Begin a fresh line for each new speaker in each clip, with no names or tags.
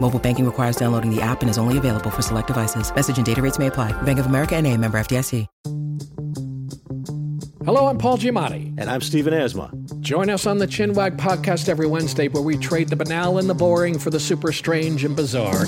Mobile banking requires downloading the app and is only available for select devices. Message and data rates may apply. Bank of America and a member FDIC.
Hello, I'm Paul Giamatti.
And I'm Stephen Asma.
Join us on the Chinwag Podcast every Wednesday where we trade the banal and the boring for the super strange and bizarre.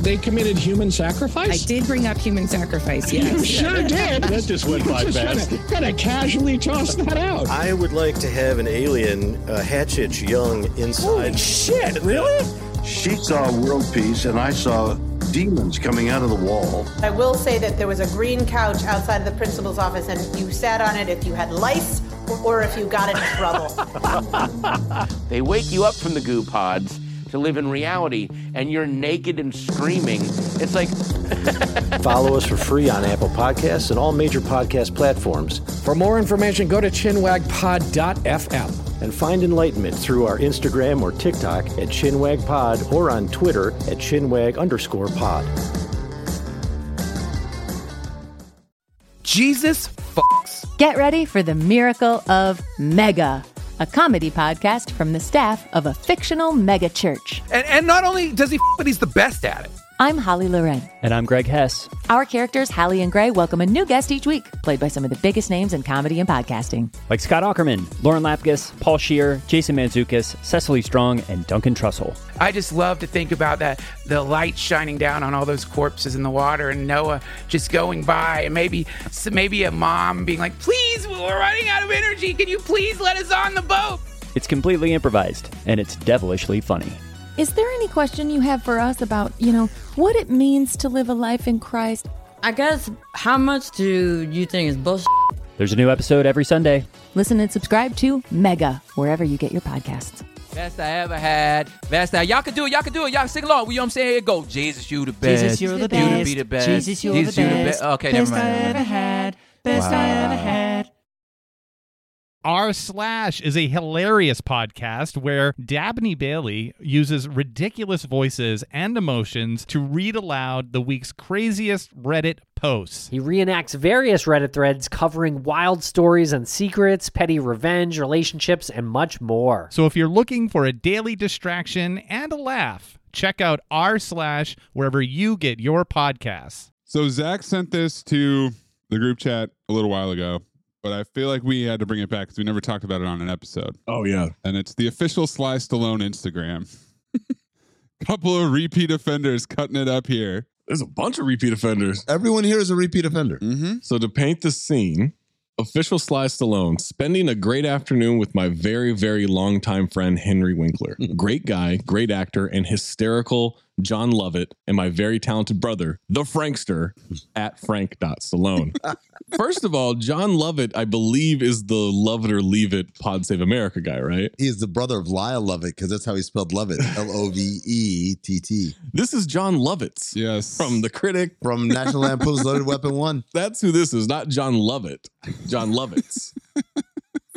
They committed human
I
sacrifice?
did bring up human sacrifice,
You
yes.
sure did.
That just went by fast.
Kind of casually tossed that out.
I would like to have an alien uh, hatchet young inside.
Holy shit, really?
She saw world peace, and I saw demons coming out of the wall.
I will say that there was a green couch outside of the principal's office, and you sat on it if you had lice or if you got in trouble.
They wake you up from the goo pods to live in reality, and you're naked and screaming. It's like,
Follow us for free on Apple Podcasts and all major podcast platforms.
For more information, go to chinwagpod.fm.
And find enlightenment through our Instagram or TikTok at Chinwag Pod or on Twitter at Chinwag underscore pod.
Jesus fucks.
Get ready for the miracle of Mega, a comedy podcast from the staff of a fictional mega church.
And, and not only does he f, but he's the best at it.
I'm Holly Loren.
And I'm Greg Hess.
Our characters, Hallie and Gray, welcome a new guest each week, played by some of the biggest names in comedy and podcasting.
Like Scott Ackerman, Lauren Lapkus, Paul Shear, Jason Manzukis, Cecily Strong, and Duncan Trussell.
I just love to think about that the light shining down on all those corpses in the water and Noah just going by and maybe s- maybe a mom being like, "Please, we're running out of energy. Can you please let us on the boat?"
It's completely improvised, and it's devilishly funny.
Is there any question you have for us about, you know, what it means to live a life in Christ? I guess how much do you think is bullshit?
There's a new episode every Sunday.
Listen and subscribe to Mega, wherever you get your podcasts.
best I ever had, best I, y'all can do it, y'all can do it, y'all sing along. You know what I'm saying? Here it goes. Jesus, you the best.
Jesus, you're the
You to
best.
be the best.
Jesus, you're the best.
oh,
be- Okay,
Best
never mind.
I ever had. Best I ever had.
R slash is a hilarious podcast where Dabney Bailey uses ridiculous voices and emotions to read aloud the week's craziest Reddit posts.
He reenacts various Reddit threads covering wild stories and secrets, petty revenge, relationships, and much more.
So if you're looking for a daily distraction and a laugh, check out r slash wherever you get your podcasts.
So Zach sent this to the group chat a little while ago, but I feel like we had to bring it back because we never talked about it on an episode.
Oh yeah.
And it's the official Sly Stallone Instagram. Couple of repeat offenders cutting it up here.
There's a bunch of repeat offenders.
Everyone here is a repeat offender.
Mm-hmm.
So to paint the scene, official Sly Stallone spending a great afternoon with my very, very longtime friend Henry Winkler. great guy, great actor, and hysterical John Lovett, and my very talented brother, the Frankster, at frank.salone. First of all, John Lovett, I believe, is the Love It or Leave It Pod Save America guy, right?
He is the brother of Lyle Lovett because that's how he spelled Lovett. L O V E T T.
This is John Lovitz.
Yes.
From The Critic.
From National Lampoon's Loaded Weapon 1.
That's who this is, not John Lovett. John Lovitz.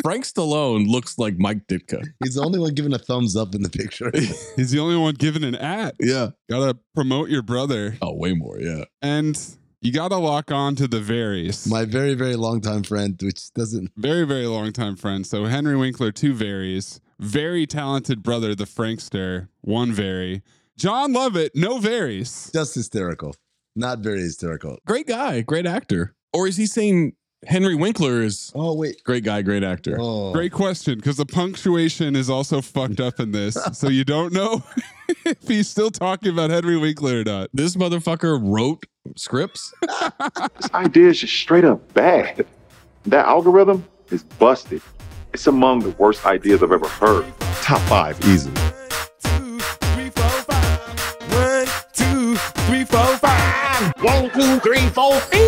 Frank Stallone looks like Mike Ditka.
He's the only one giving a thumbs up in the picture.
He's the only one giving an at.
Yeah.
Gotta promote your brother.
Oh, way more. Yeah.
And you gotta lock on to the varies.
My very, very long time friend, which doesn't.
Very, very long time friend. So Henry Winkler, two varies. Very talented brother, the Frankster, one very. John Lovett, no varies.
Just hysterical. Not very hysterical.
Great guy, great actor. Or is he saying Henry Winkler is
Oh, wait.
great guy, great actor?
Oh.
Great question, because the punctuation is also fucked up in this. so you don't know if he's still talking about Henry Winkler or not.
This motherfucker wrote scripts.
This idea is just straight up bad. That algorithm is busted. It's among the worst ideas I've ever heard.
Top five, easy.
One, two, three, four, five. One, two, three, four, five.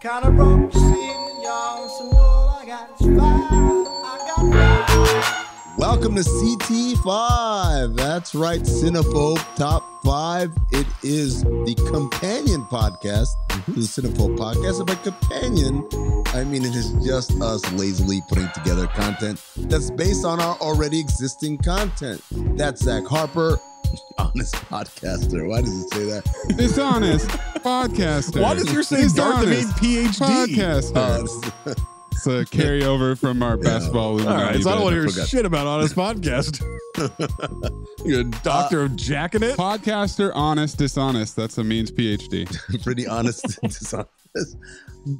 Kind of broke to seeing y'all, so all I got is five. I got
Welcome to CT5. That's right, Cinephobe Top 5. It is the companion podcast to the Cinephobe podcast. And by companion, I mean it is just us lazily putting together content that's based on our already existing content. That's Zach Harper, honest podcaster. Why does it say that?
Dishonest podcaster.
Why does your say start to mean
Dishonest
PhD?
Podcaster. It's a carryover from our basketball.
Uh, All right, so I don't want to hear
Forgot.
shit about honest podcast. You're a doctor
Uh,
of jacking it.
Podcaster, honest, dishonest. That's a means PhD.
pretty honest and dishonest.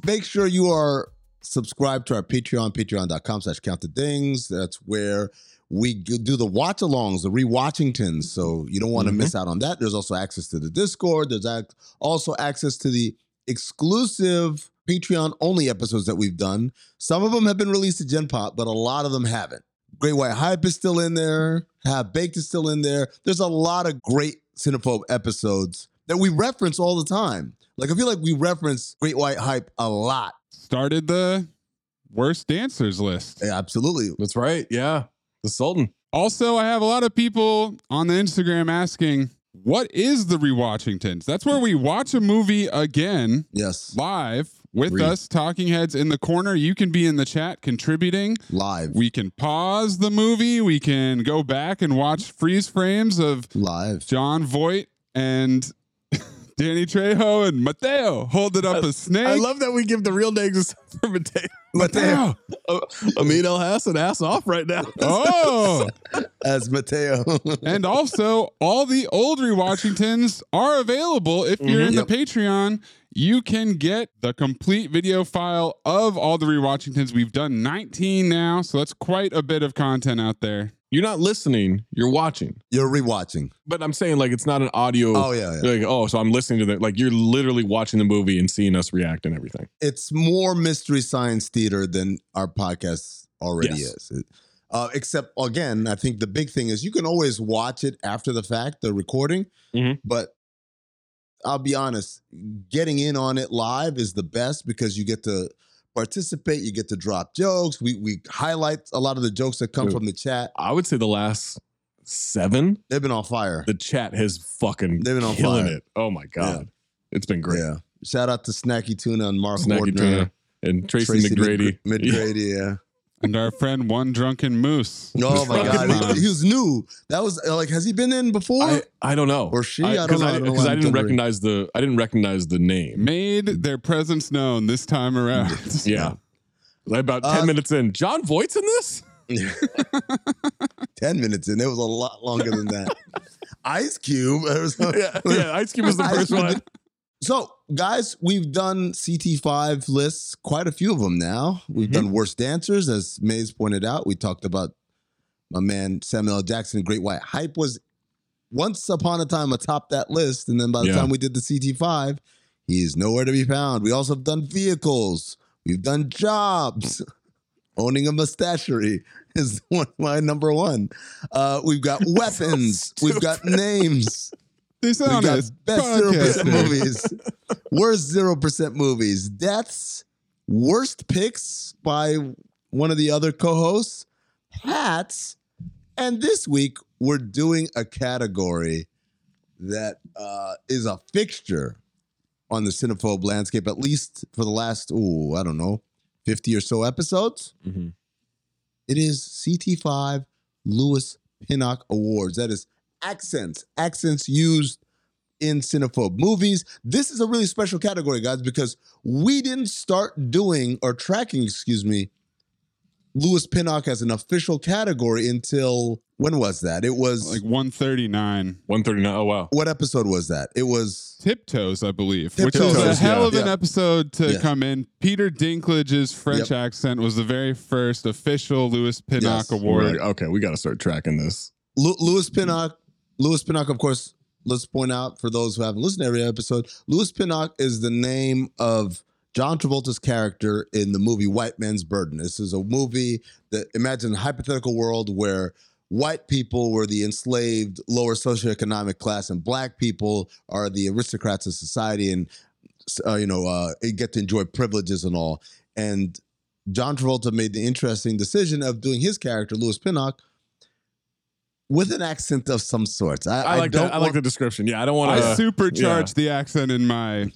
Make sure you are subscribed to our Patreon, patreon.com slash count the dings. That's where we g- do the watch alongs, the rewatchingtons. So you don't want to miss out on that. There's also access to the Discord. There's ac- also access to the exclusive Patreon only episodes that we've done. Some of them have been released to Gen Pop, but a lot of them haven't. Great White Hype is still in there. Half Baked is still in there. There's a lot of great Cinephobe episodes that we reference all the time. Like, I feel like we reference Great White Hype a lot.
Started the worst dancers list.
Yeah, absolutely.
That's right. Yeah, the Sultan.
Also, I have a lot of people on the Instagram asking, what is the rewatchingtons? That's where we watch a movie again
Yes.
live with
Re-
us talking heads in the corner. You can be in the chat contributing.
Live.
We can pause the movie. We can go back and watch freeze frames of
Live.
John Voight and Danny Trejo and Mateo holding up a snake.
I love that we give the real names for Mateo.
Mateo.
Uh, Amin El Hassan ass off right now.
Oh,
As Mateo.
and also all the old rewatchingtons are available if you're in
Mm-hmm.
Yep.
the Patreon. You can get the complete video file of all the rewatchingtons. We've done 19 now, so that's quite a bit of content out there.
You're not listening. You're watching.
You're rewatching.
But I'm saying like it's not an audio.
Oh, yeah, yeah.
Like oh, so I'm listening to that. Like you're literally watching the movie and seeing us react and everything.
It's more mystery science theater than our podcast already
Yes.
is. It- uh, except, again, I think the big thing is you can always watch it after the fact, the recording,
Mhm.
but I'll be honest, getting in on it live is the best because you get to participate, you get to drop jokes. We, we highlight a lot of the jokes that come
Dude.
from the chat.
I would say the last seven,
They've been on fire.
the chat has fucking
They've been on
killing
fire.
it. Oh my god, it's been great.
Yeah. uh, Shout out to Snacky Tuna and Mark
Snacky
Ordner.
Tuna and Tracy, McGrady.
Mid-
Yeah.
McGrady, yeah.
And our friend One Drunken Moose.
Oh my
Fucking
God,
Mom.
he, he was new. That was uh, like, has he been in before?
I, I don't know.
Or she? I don't
because
know.
I,
I don't know why
because I
I'm
didn't
gendering.
recognize the I didn't recognize the name.
Made their presence known this time around.
Yeah. Like About ten
Uh,
minutes in, John Voight's in this.
Ten minutes in, it was a lot longer than that. Ice Cube. There was no-
Yeah, yeah. Ice Cube was the
Ice
first
Cube
one.
did- So, guys, we've done CT5 lists, quite a few of them now. We've done Worst Dancers, as Mays pointed out. We talked about my man Samuel L. Jackson, Great White Hype was once upon a time atop that list. And then by the
Yeah.
time we did the CT5, he is nowhere to be found. We also have done Vehicles, We've done jobs. Owning a mustachery is one, my number one. Uh, we've got weapons. we've got names.
These
We've got
honest
best zero percent
podcasting.
movies, worst zero percent movies, deaths, worst picks by one of the other co-hosts, hats, and this week we're doing a category that uh, is a fixture on the cinephobe landscape, at least for the last ooh, I don't know, fifty or so episodes. It is CT5 Lewis Pinnock Awards. That is accents, accents used in cinephobe movies. This is a really special category, guys, because we didn't start doing or tracking, excuse me, Lewis Pinnock as an official category until when was that? It was like
139.
139. Oh, wow.
What episode was that? It was
Tiptoes, I believe, which is a hell of an episode to
Yeah.
come in. Peter Dinklage's French
Yep.
accent was the very first official Lewis Pinnock
Yes.
Award.
Right.
Okay, we got to start tracking this.
Lu- Lewis Pinnock. Lewis Pinnock, of course. Let's point out for those who haven't listened to every episode. Lewis Pinnock is the name of John Travolta's character in the movie White Man's Burden. This is a movie that imagine a hypothetical world where white people were the enslaved lower socioeconomic class and black people are the aristocrats of society and uh, you know uh, get to enjoy privileges and all. And John Travolta made the interesting decision of doing his character Lewis Pinnock with an accent of some sort.
I,
I, I
like
don't
that. I like
want-
the description. Yeah, I don't
I
want to
supercharged the accent in my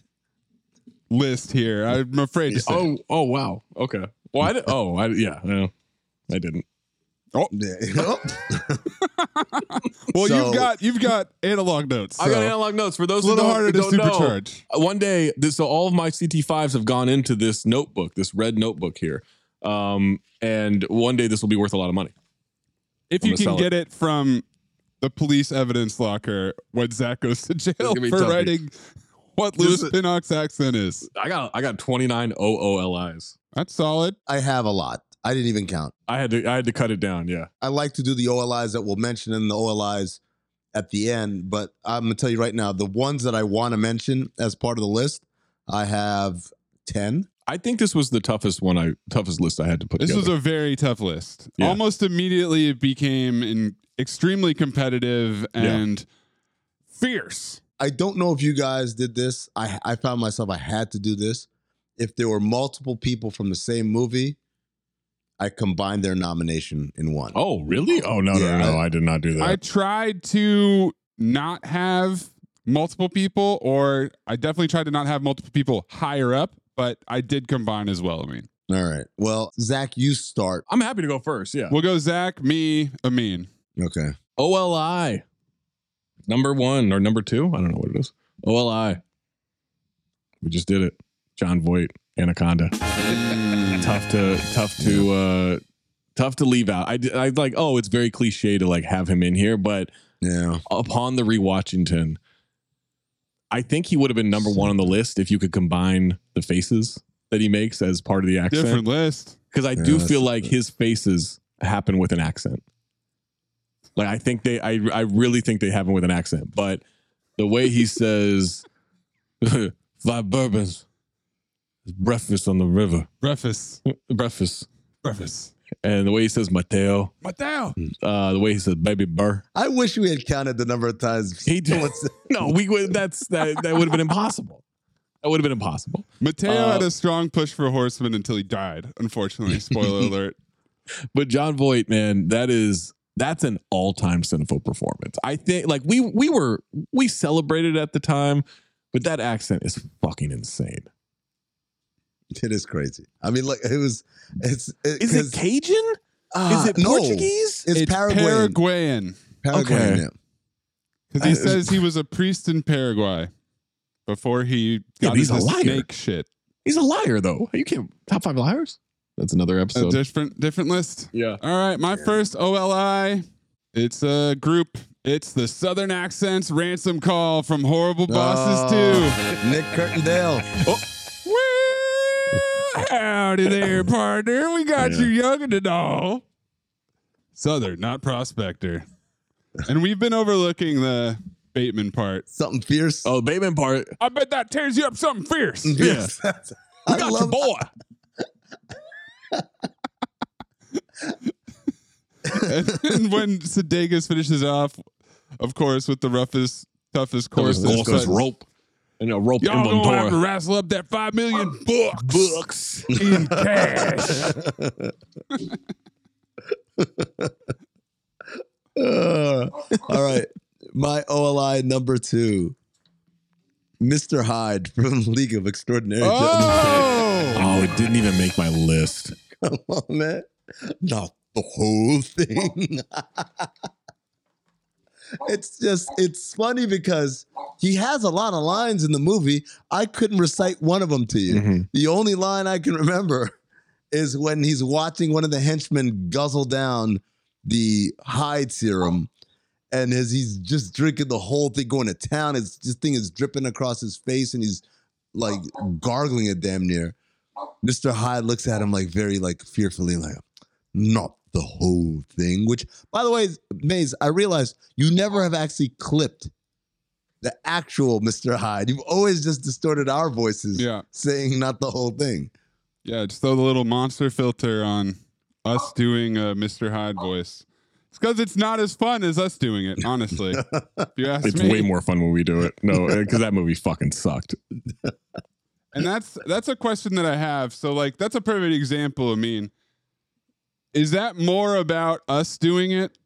list here. I'm afraid to say.
Oh, oh, wow. Okay. Well, I di- oh, I, yeah, no, I didn't.
Oh, well,
So-
you've got you've got analog notes.
I got
so-
analog notes for those.
A little
who don't,
harder to
who don't
supercharge.
Know, Uh, one day, this, so all of my CT5s have gone into this notebook, this red notebook here, um, and one day this will be worth a lot of money.
If
I'm gonna
you can
sell
get it from the police evidence locker when Zach goes to jail
Give me
for
Tuffy.
writing what Lewis Pinnock's accent is.
I got I got twenty nine OOLIs.
That's solid.
I have a lot. I didn't even count.
I had to I had to cut it down. Yeah.
I like to do the OLIs that we'll mention and the OLIs at the end, but I'm gonna tell you right now, the ones that I want to mention as part of the list, I have ten.
I think this was the toughest one I toughest list I had to put
This
together.
was a very tough list.
Yeah.
Almost immediately, it became in extremely competitive and fierce.
I don't know if you guys did this. I I found myself I had to do this. If there were multiple people from the same movie, I combined their nomination in one.
Oh, really? Oh no,
Yeah,
no, no,
I-
I, did not do that.
I tried to not have multiple people, or I definitely tried to not have multiple people higher up, but I did combine as well. I mean,
All right. Well, Zach, you start.
I'm happy to go first. Yeah.
we'll go Zach, me, Amin.
Okay.
OLI. Number one or number two. I don't know what it is. OLI. We just did it. John Voight, Anaconda.
Mm.
tough to tough to uh tough to leave out. I d- I like, oh, it's very cliche to like have him in here, but
Yeah.
upon the rewatchington, I think he would have been number one on the list if you could combine the faces that he makes as part of the
Different
accent.
list.
Because I
Yeah,
do
that's
feel like his faces happen with an accent. Like I think they, I, I really think they happen with an accent. But the way he says, five bourbons, breakfast on the river,
Breakfast.
breakfast,
Breakfast.
and the way he says Mateo,
Mateo.
uh, the way he says baby burr.
I wish we had counted the number of times
He did.
What's-
No, we would. That's that. That would have been impossible. That would have been impossible.
Mateo
Uh,
had a strong push for Horseman until he died. Unfortunately, spoiler alert.
But John Voight, man, that is that's an all-time sinful performance. I think like we we were we celebrated at the time, but that accent is fucking insane.
It is crazy. I mean, like it was. It's it,
Is it
'cause-
Cajun?
Ah,
is it
no.
Portuguese?
It's, Paraguayan.
Paraguayan.
Paraguayan.
Okay.
yeah. Uh,
Because he
I-
says he was a priest in Paraguay before he
Yeah,
got
but he's
into
a liar.
snake shit.
He's a liar though. You can't top five liars? That's another
A
episode.
different different list.
yeah.
All right, my first OLI. It's a group. It's the Southern Accents Ransom Call from Horrible Bosses
Oh, Nick Curtindale.
2. Well, howdy there, partner. We got you young and all. Southern, not Prospector. And we've been overlooking the Bateman part.
Something fierce.
Oh, Bateman part.
I bet that tears you up something fierce.
Yes.
We
I
got your
love.
boy.
and when Sedegas finishes off, of course, with the roughest, toughest course,
Toughest course, rope.
and a rope. Y'all
inventory.
gonna have to wrestle up that five million books,
books
in cash.
Uh, all right. My OLI number two, Mr. Hyde from League of Extraordinary
Oh!
oh, it didn't even make my list.
Gentlemen. Come on, man. Not the whole thing. it's just, it's funny because he has a lot of lines in the movie. I couldn't recite one of them to you. The only line I can remember is when he's watching one of the henchmen guzzle down the hide serum. And as he's just drinking the whole thing, going to town, it's this thing is dripping across his face and he's like gargling it damn near. Mr. Hyde looks at him like very like fearfully, like, not the whole thing. Which, by the way, Maze, I realized you never have actually clipped the actual Mr. Hyde. You've always just distorted our voices
Yeah.
saying not the whole thing.
Yeah, just throw the little monster filter on us doing a Mr. Hyde voice. It's because it's not as fun as us doing it, honestly. if you ask
It's
me.
way more fun when we do it. No, because that movie fucking sucked.
And that's that's a question that I have. So like that's a perfect example. I mean, is that more about us doing it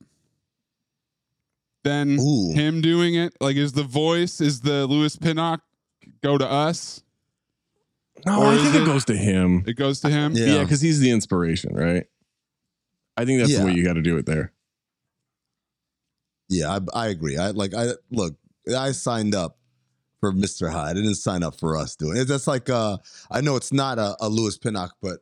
than him doing it? Like, is the voice is the Lewis Pinnock go to us?
No,
Or
I
is
think it goes to him.
It goes to him.
Yeah, because he's the inspiration, right? I think that's
Yeah.
the way you got to do it there.
Yeah, I, I agree. I like I look, I signed up for Mr. Hyde. I didn't sign up for us doing it. That's like uh I know it's not a, a Lewis Pinnock, but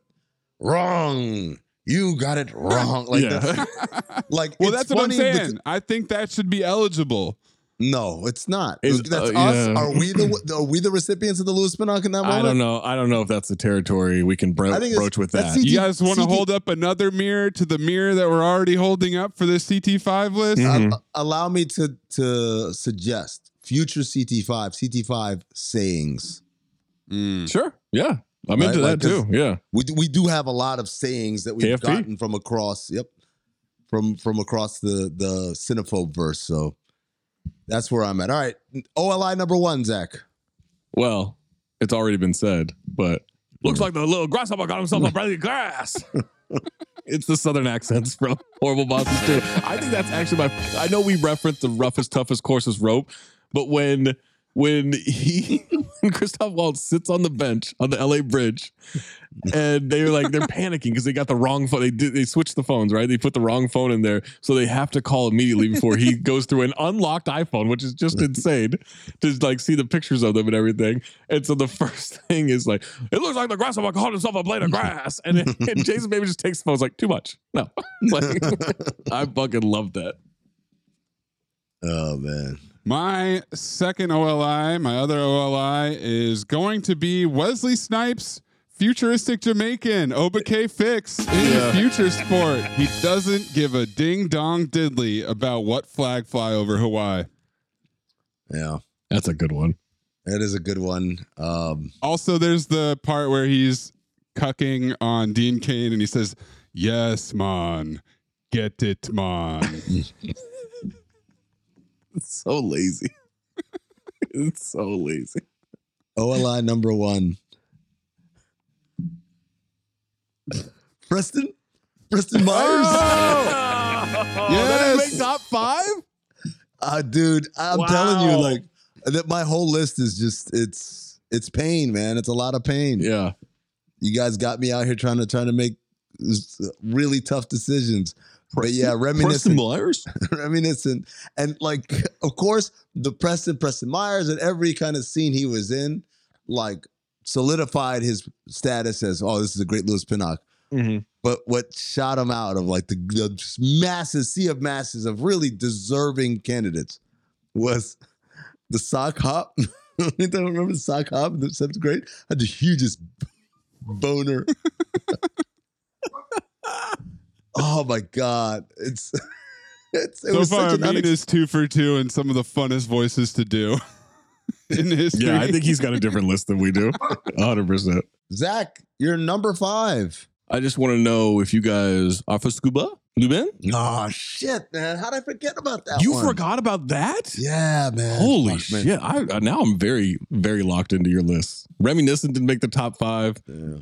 wrong. You got it wrong. Like
Yeah.
that's- like
well,
it's
that's what I'm
funny
saying.
because-
I think that should be eligible.
No, it's not.
Is-
that's
uh,
us.
yeah.
Are we the are we the recipients of the Lewis Pinnock in that moment?
I don't know. I don't know if that's the territory we can bro-
I think it's-
broach with
that's
that.
CG
You guys want to
CT
hold up another mirror to the mirror that we're already holding up for this CT5 list?
Uh, allow me to to suggest future CT5 CT5 sayings.
Sure. Yeah. I'm into that too.
'cause
Yeah.
we do, we do have a lot of sayings that we've
KFP.
gotten from across. Yep, from from across the the cinephobe verse. So that's where I'm at. All right, OLI number one, Zach.
Well, it's already been said, but looks like the little grasshopper got himself a breath of grass. it's the southern accents from Horrible Bosses too. I think that's actually my. I know we referenced the roughest, toughest, coarsest rope, but when when he when Christoph Waltz sits on the bench on the L.A. Bridge, and they're like they're panicking because they got the wrong phone. They did, they switched the phones, right? They put the wrong phone in there, so they have to call immediately before he goes through an unlocked iPhone, which is just insane to like see the pictures of them and everything. And so the first thing is like, it looks like the grasshopper caught himself a blade of grass, and, and Jason Baby just takes the phone. It's like too much. No, like, I fucking love that.
Oh man,
My second OLI, my other OLI, is going to be Wesley Snipes, futuristic Jamaican, Obake Fix in Future Sport. He doesn't give a ding dong diddly about what flag fly over Hawaii.
Yeah,
that's a good one.
That is a good one. Um,
Also, there's the part where he's cucking on Dean Kane and he says, Yes, man, get it, man.
so lazy. it's so lazy. OLI number one. Preston?
Oh!
Preston Myers?
Yes.
make top five? Uh, dude, I'm telling you, like that my whole list is just it's it's pain, man. It's a lot of pain.
Yeah.
You guys got me out here trying to trying to make s- really tough decisions. But yeah,
Preston
reminiscent.
Myers?
reminiscent. And like, of course, the Preston Preston Myers and every kind of scene he was in, like solidified his status as, oh, this is a great Lewis Pinnock.
Mm-hmm.
But what shot him out of like the, the masses, sea of masses of really deserving candidates was the sock hop. I don't remember the sock hop in the seventh grade. I had the hugest boner. oh my god! It's it's it
so
was
far,
such an
Amin
unex-
is two for two and some of the funnest voices to do in history.
Yeah, I think he's got a different list than we do. 100. percent
Zach. You're number five.
I just want to know if you guys are for scuba, Lubin.
Oh shit, man! How would I forget about that?
You
one?
forgot about that?
Yeah, man.
Holy
Fuck, man.
shit! I, I- now I'm very, very locked into your list. Reminiscent didn't make the top five.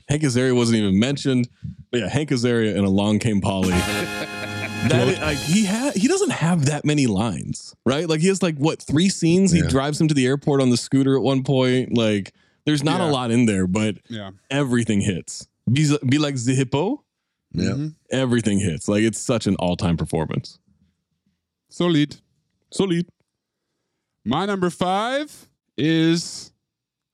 Hank Azaria wasn't even mentioned. But yeah, Hank Azaria and Along Came Polly. that is, like he ha- he doesn't have that many lines, right? Like he has like what three scenes. He drives him to the airport on the scooter at one point. Like there's not a
Yeah.
lot in there, but
Yeah.
everything hits. Be, be like the hippo.
Yeah.
Mm-hmm. Everything hits. Like it's such an all time performance.
Solid.
Solid.
My number five is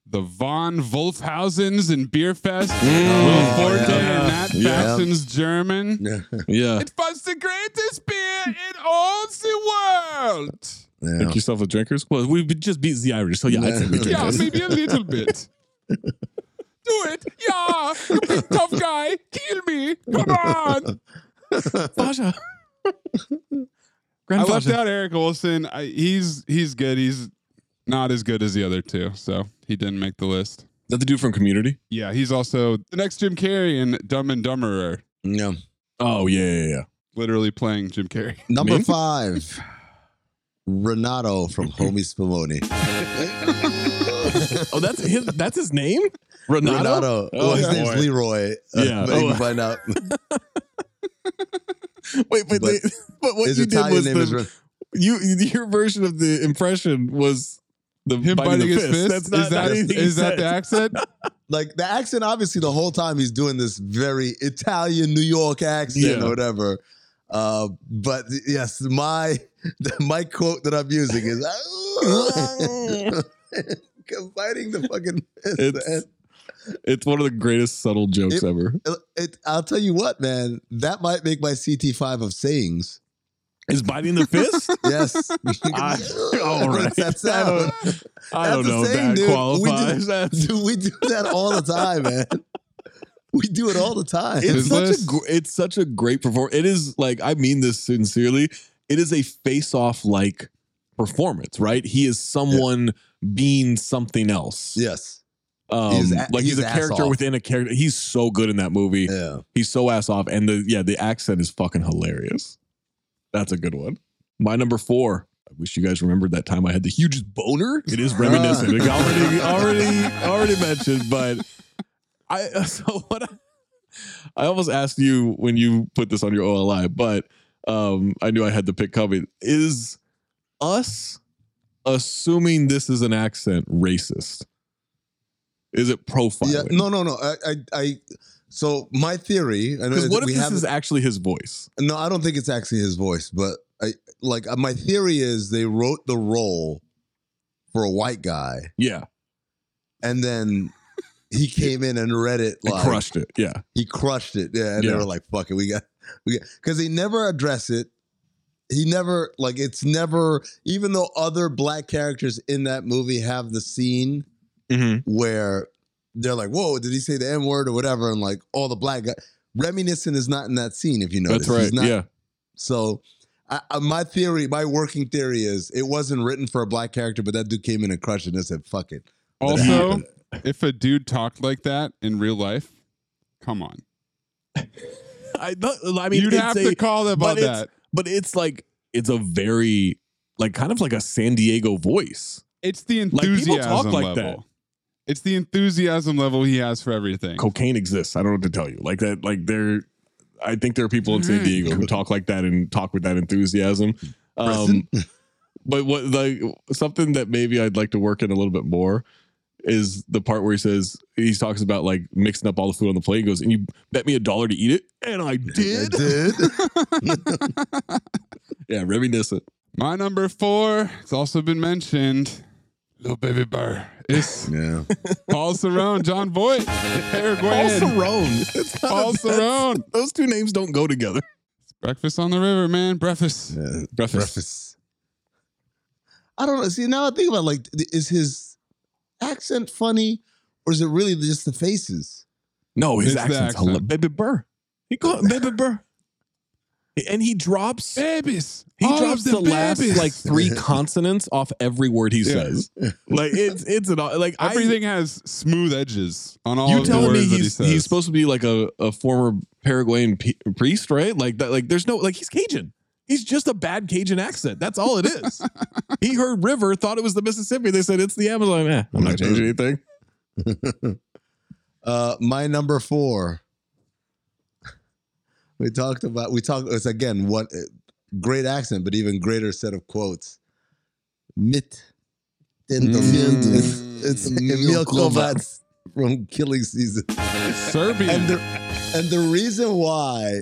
the Von Wolfhausens in Beerfest.
Mm.
Will Forte and Nat
Yeah.
Faxon's German.
Yeah.
It was the greatest beer in all the world.
Make yourself a drinkers. Well, we just beat the Irish, so yeah, I'd say we drink
Yeah,
this.
maybe a little bit. Do it. Yeah. You big tough guy. Kill me. Come on.
Fasha.
I left out Eric Olson. I, he's he's good. He's not as good as the other two, so he didn't make the list.
That the dude from Community.
Yeah, he's also the next Jim Carrey in Dumb and Dumberer,
Yeah.
Oh yeah, yeah, yeah.
literally playing Jim Carrey.
Number
Me?
five, Renato from Homie Spumoni.
oh, that's his. That's his name. Renato.
Renato.
Oh,
well, his
boy.
name's Leroy. Uh,
Yeah.
but you
Oh.
can find out.
Wait, but
But
they, but what
his
you did
Italian
was
name is
the,
Ren-
you your version of the impression was the
Him
biting,
biting
the
his
fist.
fist?
That's not
Is that-
anything he
is that the
said.
accent?
Like the accent, obviously, the whole time he's doing this very Italian New York accent
Yeah.
or whatever. Uh, but yes, my my quote that I'm using is biting the fucking fist. man.
It's, it's one of the greatest subtle jokes ever.
It- it- I'll tell you what, man, that might make my CT5 of sayings.
Is biting the fist?
Yes.
I, all right.
What's that
I
sound?
don't, I don't
That's a
know if
saying,
that
dude.
qualifies.
We do, dude, we do that all the time, man. We do it all the time.
It's such a gr- it's such a great performance. It is like I mean this sincerely. It is a face off like performance, right? He is someone being something else.
Yes.
Um,
He's a-
like he's,
he's
a character
ass-off.
within a character. He's so good in that movie.
Yeah.
He's so ass off. And the yeah, the accent is fucking hilarious. That's a good one. My number four. I wish you guys remembered that time I had the hugest boner. It is reminiscent. Like, already, already, already mentioned, but I so what I, I almost asked you when you put this on your OLI, but um, I knew I had the pick coming. Is us assuming this is an accent racist? Is it
Yeah,
profiling?
no, no, no. I, I, I so my theory, I know
Because what
we
if this
haven't-
is actually his voice?
No, I don't think it's actually his voice, but I like uh, my theory is they wrote the role for a white guy,
Yeah,
and then he came in and read it
and
like
crushed it. Yeah,
He crushed it. Yeah, and
Yeah.
they were like, "Fuck it, we got, we got," because he never address it. He never like it's never even though other black characters in that movie have the scene
Mm-hmm.
where they're like, "Whoa, did he say the n word or whatever?" And like all the black guy reminiscent is not in that scene. If you notice,
that's right.
He's not-
yeah,
So. I, I- my theory, my working theory is it wasn't written for a black character, but that dude came in and crushed it and said, fuck it. Let it
Also,
happen.
if a dude talked like that in real life, come on.
I, don't- I mean,
You'd
it's
have to call them
but
on
it's-
that.
But it's like it's a very like kind of like a San Diego voice.
It's the
Like,
enthusiasm
people talk like
level.
that.
It's the enthusiasm level he has for everything.
Cocaine exists. I don't know what to tell you. Like that. Like there, I think there are people in
Mm-hmm.
San Diego who talk like that and talk with that enthusiasm. Um, but what like something that maybe I'd like to work in a little bit more is the part where he says he talks about like mixing up all the food on the plate. He goes, and you bet me a dollar to eat it, and I did.
did.
yeah, reminiscent.
My number four, it's also been mentioned. Little baby Burr. It's
Yeah.
Paul Cerrone, John Voight, Paraguayan.
Paul Cerrone. It's not-
Paul
that's-
Cerrone.
Those two names don't go together.
Breakfast on the river, man. Breakfast.
Breakfast.
I don't know. See, now I think about it, like, th- is his accent funny or is it really just the faces?
No, his
It's the
accent's
accent.
hella- Baby Burr. He called him Baby Burr. And he drops
babies.
He
All
drops
of the
the, last
babies.
like three consonants off every word he
Yeah.
says. Like it's it's an like I-
Everything has smooth edges on all
you
of the
telling
words
me
that he
he's,
says.
he's supposed to be like a, a former Paraguayan p- priest, right? Like that, like there's no like he's Cajun. He's just a bad Cajun accent. That's all it is. he heard river, thought it was the Mississippi. They said it's the Amazon. Eh, I'm not changing anything.
uh, my number four. We talked about we talked. It's again one uh, great accent, but even greater set of quotes. Mit
Mm.
den It's, it's Emil Kovac from Killing Season.
Serbian.
And the, and the reason why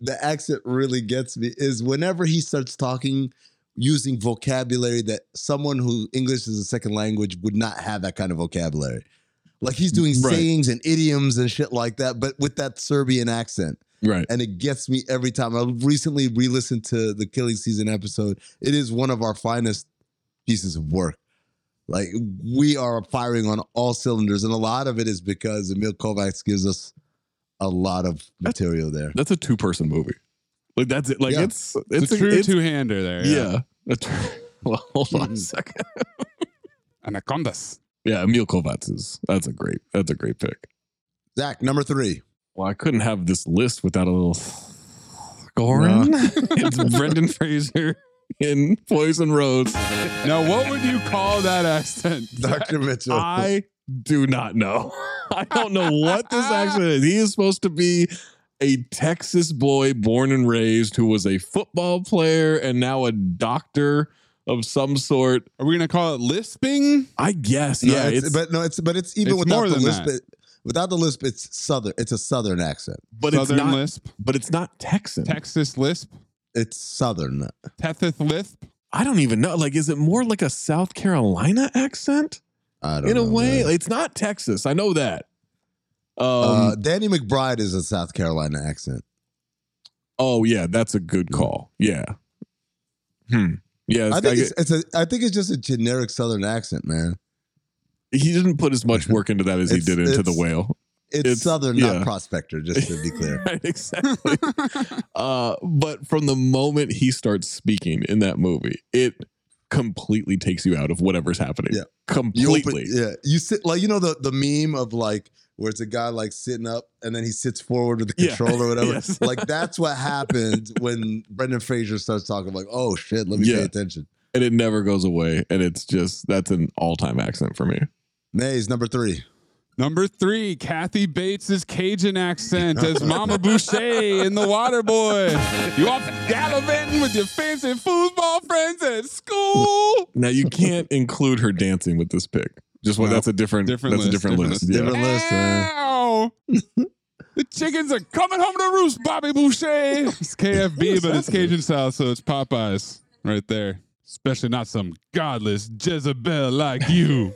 the accent really gets me is whenever he starts talking using vocabulary that someone who English is a second language would not have that kind of vocabulary. Like he's doing
Right.
sayings and idioms and shit like that, but with that Serbian accent.
Right.
And it gets me every time. I recently re listened to the Killing Season episode. It is one of our finest pieces of work. Like we are firing on all cylinders, and a lot of it is because Emil Kovacs gives us a lot of material there.
That's a two person movie. Like that's it. Like
Yeah.
it's
It's
it's,
a true
it's-
two-hander there, yeah. Hmm.
Yeah. A tr- well, hold on a second.
Anacondas.
Yeah, Emil Kovacs is that's a great that's a great pick.
Zach, number three.
Well, I couldn't have this list without a little Goran.
No.
it's Brendan Fraser in Poison Roads.
Now, what would you call that accent?
Dr. Mitchell.
I do not know. I don't know what this accent is. He is supposed to be a Texas boy born and raised who was a football player and now a doctor of some sort.
Are we gonna call it lisping?
I guess.
No,
yeah.
it's,
It's,
but no, it's but it's even
It's
without
more
the
than
lisp.
that.
It, without the lisp, it's southern. It's a southern accent.
but it's
Southern
not
lisp.
but it's not Texan.
Texas lisp.
It's southern.
Tethith lisp.
I don't even know. Like, is it more like a South Carolina accent?
I don't
In a
know,
way,
man.
it's not Texas. I know that. Um,
uh, Danny McBride is a South Carolina accent.
oh yeah, that's a good call. Yeah. Hmm. Yeah.
I
it's-
think
I
it's, it's a. I think it's just a generic southern accent, man.
get- he didn't put as much work into that as he
It's-
did into the
it's-
whale.
It's,
It's-
southern,
yeah.
not prospector. Just to be clear.
Right, exactly. uh, but from the moment he starts speaking in that movie, it completely takes you out of whatever's happening.
Yeah. You open-
Completely.
yeah. You sit like you know the the meme of like where it's a guy like sitting up and then he sits forward with the
Yeah.
controller or whatever.
Yes.
Like that's what happened when Brendan Fraser starts talking like, oh shit, let me
Yeah.
pay attention.
and it never goes away. And it's just that's an all-time accent for me.
Maze number three.
Number three, Kathy Bates' Cajun accent as Mama Boucher in The Waterboy. You off gallivanting with your fancy foosball friends at school.
Now you can't include her dancing with this pick. Just what
Well,
that's a different,
different
that's a
list,
different,
different
list.
list.
Yeah.
Different list. man.
Ow! the chickens are coming home to roost, Bobby Boucher. It's KFB, but it's Cajun style, so it's Popeyes right there. Especially not some godless Jezebel like you.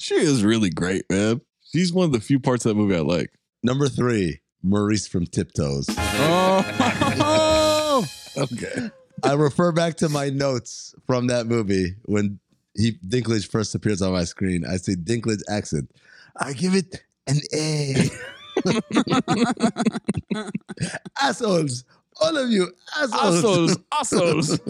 She is really great, man. She's one of the few parts of that movie I like.
Number three, Maurice from Tiptoes.
oh,
Okay.
I refer back to my notes from that movie when he Dinklage first appears on my screen. I say Dinklage accent. I give it an A. assholes, all of you assholes.
Assholes, assholes.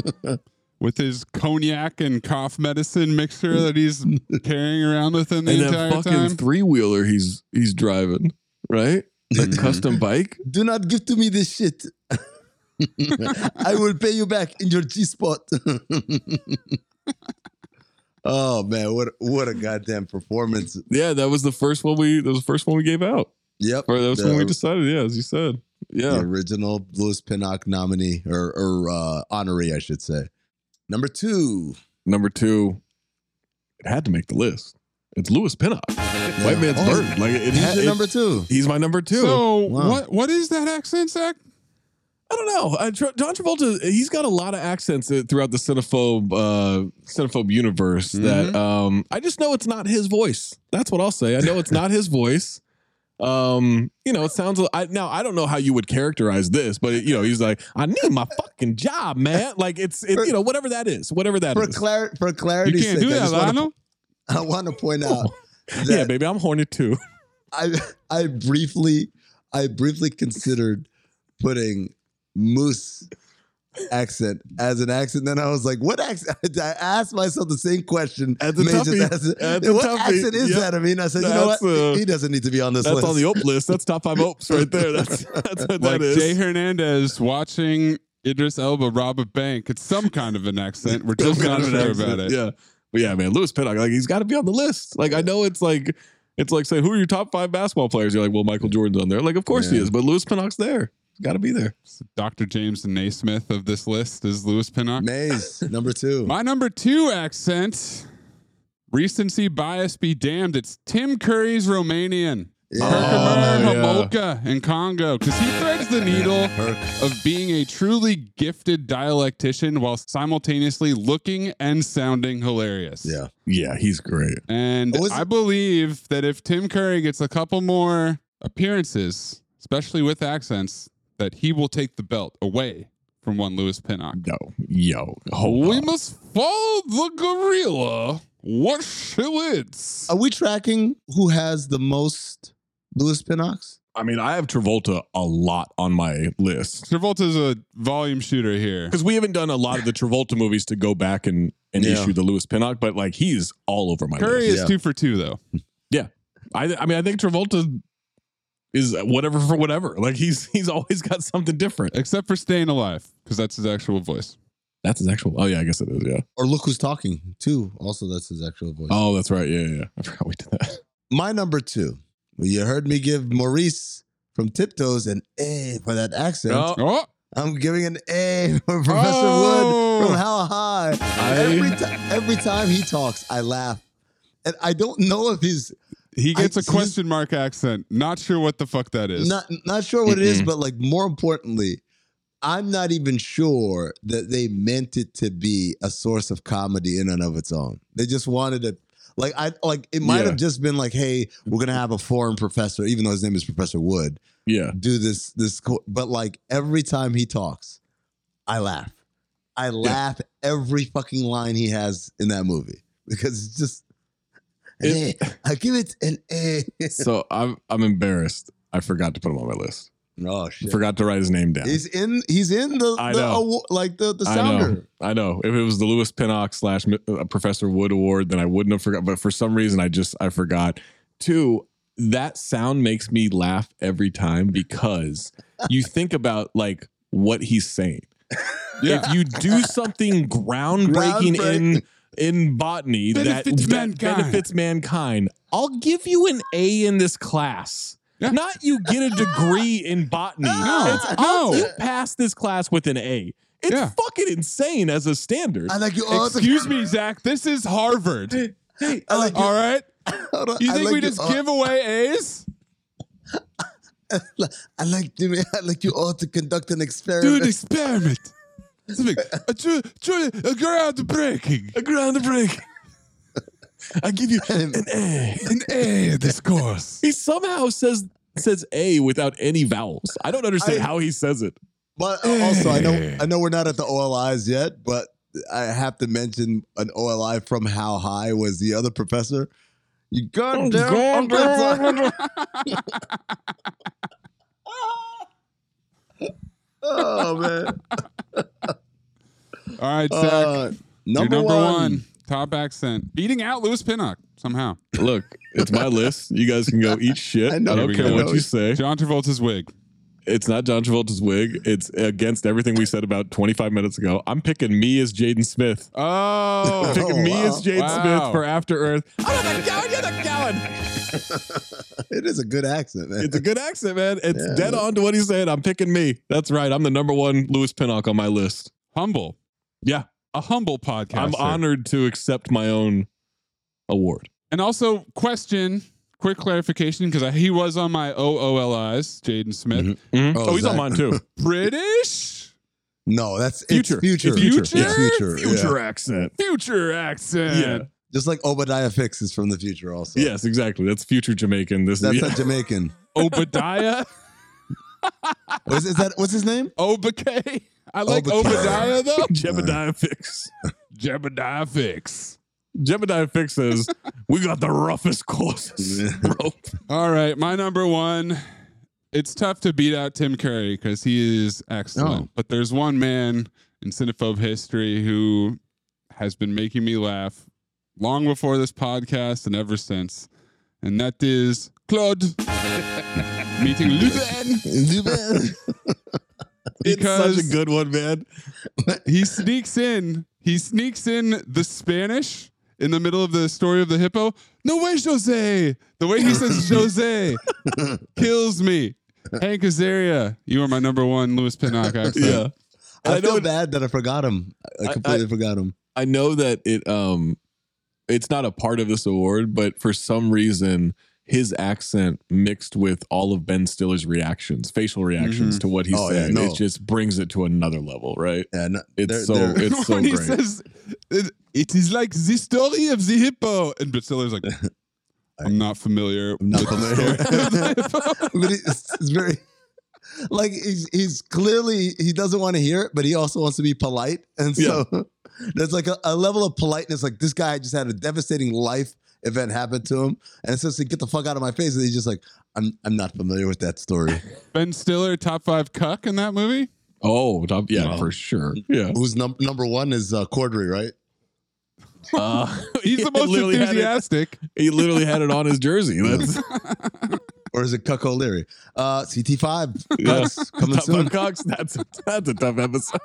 with his cognac and cough medicine mixture that he's carrying around with him the
and that
entire
fucking
time.
three wheeler he's he's driving, right? That custom bike.
Do not give to me this shit. I will pay you back in your G spot. oh man, what what a goddamn performance!
Yeah, that was the first one we that was the first one we gave out.
Yep,
Or that was when
the-
we decided, yeah, as you said. Yeah.
the original Louis Pinnock nominee or, or uh, honoree, I should say. Number two,
Number two, it had to make the list. It's Lewis Pinnock. White man's
Oh,
bird. Like it,
Pat,
it-
number two.
he's my number two.
So
Wow.
what what is that accent, Zach?
I don't know. Uh, Tr- John Travolta, he's got a lot of accents uh, throughout the cinephobe uh, cinephobe universe.
Mm-hmm.
That um, I just know it's not his voice. That's what I'll say. I know it's not his voice. Um, you know, it sounds. I, now I don't know how you would characterize this, but you know, he's like, I need my fucking job, man. Like it's, it, you know, whatever that is, whatever that
For,
is.
clar- for
You
clarity's
can't
sake,
do
I,
that,
just wanna-
Lionel.
I want to point out that
yeah, baby, I'm horny too.
I I briefly I briefly considered putting moose accent as an accent. Then I was like, what accent? I asked myself the same question.
At the
May just
toughie.
asked it.
At the
what
toughie.
accent is
Yep.
that? I mean, I said, you know
That's,
what?
uh,
he doesn't need to be on this
that's
list.
on the op list. That's top five opes right there. That's that's what
like
that is.
Jay Hernandez watching Idris Elba rob a bank. It's some kind of an accent. We're just
Some
not
kind of an
sure
accent,
about it.
Yeah. But yeah, man, Lewis Pinnock, like he's got to be on the list. Like I know it's like it's like saying who are your top five basketball players? You're like, well, Michael Jordan's on there. Like, of course he
Yeah.
is, but Lewis Pinnock's there. He's got to be there.
Dr. James Naismith of this list is Lewis Pinnock.
Mays, number two.
My number two accent, recency bias be damned. It's Tim Curry's Romanian. Uh,
Oh,
Herkimer, Homolka, and Congo, because he threads the needle of being a truly gifted dialectician while simultaneously looking and sounding hilarious.
Yeah.
Yeah, he's great.
And
Was
I
it-
believe that if Tim Curry gets a couple more appearances, especially with accents, that he will take the belt away from one Lewis Pinnock.
No. Yo,
we must follow the gorilla. What shall it?
Are we tracking who has the most Lewis Pinnocks?
I mean, I have Travolta a lot on my list
Travolta's a volume shooter here.
because we haven't done a lot of the Travolta movies to go back and and
Yeah.
issue the Lewis Pinnock, but like he's all over my
Curry
list.
is two for two though.
Yeah. I I mean I think Travolta is whatever for whatever. Like he's he's always got something different.
Except for staying alive, because that's his actual voice.
That's his actual Oh yeah, I guess it is, yeah.
Or look who's talking too. Also, that's his actual voice.
Oh, that's right. Yeah, yeah, yeah. I forgot we did that.
My number two. Well, you heard me give Maurice from Tiptoes an A for that accent.
Oh. Oh.
I'm giving an A for Professor
Oh.
Wood from How High.
I-
Every, ti- every time he talks, I laugh. And I don't know if he's
He gets
a
a question mark accent. Not sure what the fuck that is.
Not not sure what it is,
Mm-mm.
but like more importantly, I'm not even sure that they meant it to be a source of comedy in and of its own. They just wanted to like I like it might
Yeah.
have just been like, hey, we're gonna have a foreign professor, even though his name is Professor Wood.
Yeah.
Do this this co- but like every time he talks, I laugh. I laugh every fucking line he has in that movie. Because it's just
It-
eh, I give it an eh. A.
so I'm I'm embarrassed. I forgot to put him on my list.
Oh shit.
Forgot to write his name down.
He's in. He's in the,
I
the
know.
awa- like the the
I know.
sounder.
I know. If it was the Lewis Pinnock slash uh, Professor Wood Award, then I wouldn't have forgot. But for some reason, I just I forgot. Two, that sound makes me laugh every time because you think about like what he's saying.
Yeah.
If you do something groundbreaking,
Groundbreaking.
in in botany
Benefits
that, that
mankind.
benefits mankind, I'll give you an A in this class. Not you get a degree in botany.
No,
It's,
no.
You pass this class with an A. It's fucking insane as a standard.
I like you all the-
Excuse me, Zach. This is Harvard.
I like
All right.
Hold on,
You
I
think
like
we just
all-
give away A's?
I like Jimmy. I like you all to conduct an
Do
experiment.
an experiment. Something- a, true, true, a groundbreaking.
A groundbreaking. I give you an A.
An A in this course.
He somehow says says A without any vowels. I don't understand
I-
how he says it.
but uh, also, I know I know we're not at the OLIs yet, but I have to mention an OLI from How High was the other professor. You
Oh, goddamn-
goddamn professor. oh man.
All right, Zach.
Uh,
You're
number
number
one.
one. Top accent. Beating out Lewis Pinnock somehow.
Look, it's my list. You guys can go eat shit. I,
know. Here
don't
we
care
go.
what you say.
John Travolta's wig.
It's not John Travolta's wig. It's against everything we said about 25 minutes ago. I'm picking me as Jaden Smith.
Oh,
I'm picking me as Jaden Smith for After Earth.
It is a good accent, man.
It's a good accent, man. It's dead on to what he's saying. I'm picking me. That's right. I'm the number one Lewis Pinnock on my list.
Humble.
Yeah.
A humble podcast.
I'm honored to accept my own award.
And also, question, quick clarification, because he was on my OOLIs, Jaden Smith.
Mm-hmm.
Mhm. Oh, he's on mine too.
British?
No, that's
Future.
It's future.
It's future.
It's
Yeah.
future.
Future
yeah.
accent.
Future accent.
Yeah.
Just like Obadiah Fix is from the future, also.
Yes, exactly. That's future Jamaican. This
That's
is
a Jamaican.
Obadiah?
What's, is that, what's his name?
Obakay? I like
Obakay.
Obadiah, though.
Jebediah Fix.
Jebediah Fix.
Jebediah Fix says, We got the roughest courses, bro.
All right, my number one
It's tough to beat out Tim Curry because he is excellent.
No.
But there's one man in Cinephobe history who has been making me laugh long before this podcast and ever since, and that is Claude. Meeting Lubin.
Lubin.
because
it's such a good one, man.
he sneaks in. He sneaks in the Spanish in the middle of the story of the hippo. No way, Jose. The way he says Jose kills me. Hank Azaria, you are my number one Lewis Pinnock accent.
Yeah. I,
I
feel
don't-
bad that I forgot him. I
I-
completely
I-
forgot him.
I know that it um it's not a part of this award, but for some reason his accent mixed with all of Ben Stiller's reactions, facial reactions
Mhm.
to what he's
Oh, yeah,
saying,
no.
it just brings it to another level, right?
Yeah, no,
It's
they're-
so
they're-
it's so
when he
great.
says, it, it is like the story of the hippo. And Baciller's like, I'm not familiar. I'm
not familiar. but it's, it's very like he's, he's clearly he doesn't want to hear it, but he also wants to be polite, and so there's like a, a level of politeness. Like this guy just had a devastating life event happen to him, and since he get the fuck out of my face, and he's just like, I'm I'm not familiar with that story.
ben Stiller, top five cuck in that movie?
Oh, top- yeah,
Wow.
for sure. Yeah.
Who's num- number one is uh, Cordry, right?
Uh,
He's
he
the most
literally had it-
enthusiastic.
He literally had it on his jersey. That's
Or is it Cuck O'Leary? Uh, CT5
yeah.
Cucks, coming
Top
soon.
of Cox. That's a, that's a tough episode.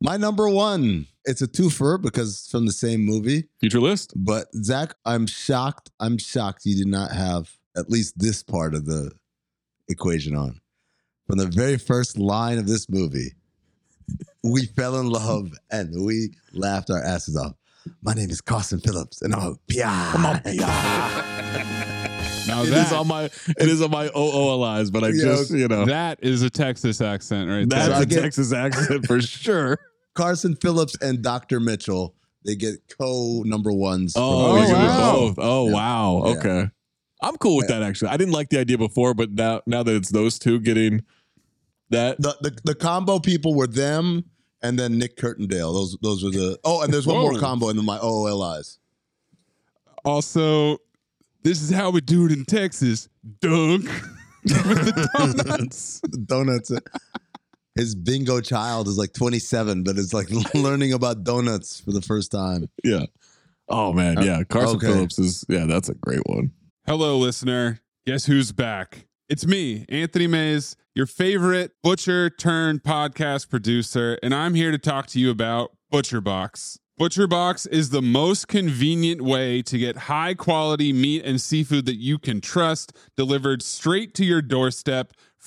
My number one. It's a twofer because it's from the same movie.
Future list.
But Zach, I'm shocked. I'm shocked you did not have at least this part of the equation on. From the very first line of this movie, we fell in love and we laughed our asses off. My name is Carson Phillips, and I'm a PI. I'm a
Now
It is
that,
on my it is on my OO allies, but I
Yeah,
just you know
that is a Texas accent right
that's
there.
I
a
get-
Texas accent for sure.
Carson Phillips and Dr. Mitchell, they get co number ones. for
Oh,
the
you
movie.
did
wow.
both. Oh,
Yeah.
wow.
Yeah.
Okay. I'm cool with that actually. I didn't like the idea before, but now now that it's those two getting that
the, the the combo people were them and then Nick Curtindale. Those those were the oh, and there's one more
Whoa.
combo in the my OLIs.
Also, this is how we do it in Texas. Dunk with the donuts.
donuts. His bingo child is like 27, but it's like learning about donuts for the first time. Uh,
yeah. Oh man, yeah. Carson
okay.
Phillips is yeah, that's a great one.
Hello, listener. Guess who's back? It's me, Anthony Mays, your favorite butcher turned podcast producer, and I'm here to talk to you about ButcherBox. ButcherBox is the most convenient way to get high quality meat and seafood that you can trust delivered straight to your doorstep,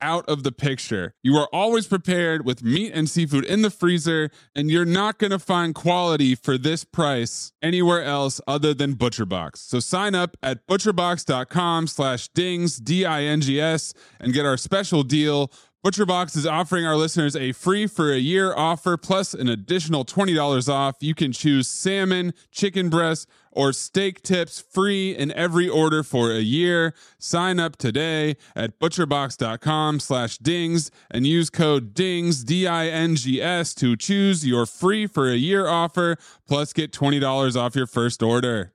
out of the picture. You are always prepared with meat and seafood in the freezer, and you're not going to find quality for this price anywhere else other than ButcherBox. So sign up at butcherbox.com slash dings, D-I-N-G-S, and get our special deal. ButcherBox is offering our listeners a free for a year offer plus an additional $20 off. You can choose salmon, chicken breast, or steak tips free in every order for a year. Sign up today at butcherbox.com slash dings and use code DINGS, D-I-N-G-S to choose your free for a year offer plus get $20 off your first order.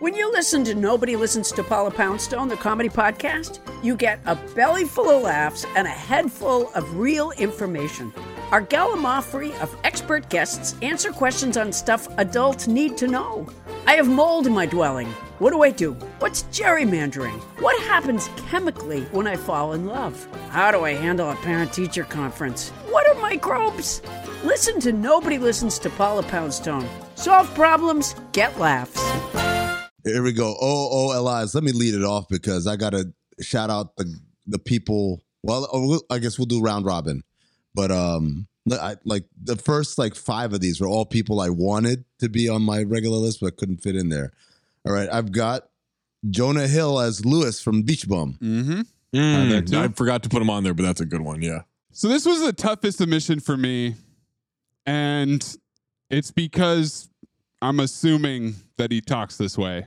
When you listen to Nobody Listens to Paula Poundstone, the comedy podcast, you get a belly full of laughs and a head full of real information. Our gallimaufry of expert guests answer questions on stuff adults need to know. I have mold in my dwelling. What do I do? What's gerrymandering? What happens chemically when I fall in love? How do I handle a parent teacher conference? What are microbes? Listen to Nobody Listens to Paula Poundstone. Solve problems, get laughs.
Here we go. OOLIs. Oh, Let me lead it off because I got to shout out the the people. Well, oh, we'll- I guess we'll do round robin, but um, li- I, like the first like five of these were all people I wanted to be on my regular list, but couldn't fit in there. All right, I've got Jonah Hill as Lewis from Beach Bum.
Mm-hmm.
Mm,
I forgot to put him on there, but that's a good one. Yeah.
So this was the toughest submission for me, and it's because I'm assuming that he talks this way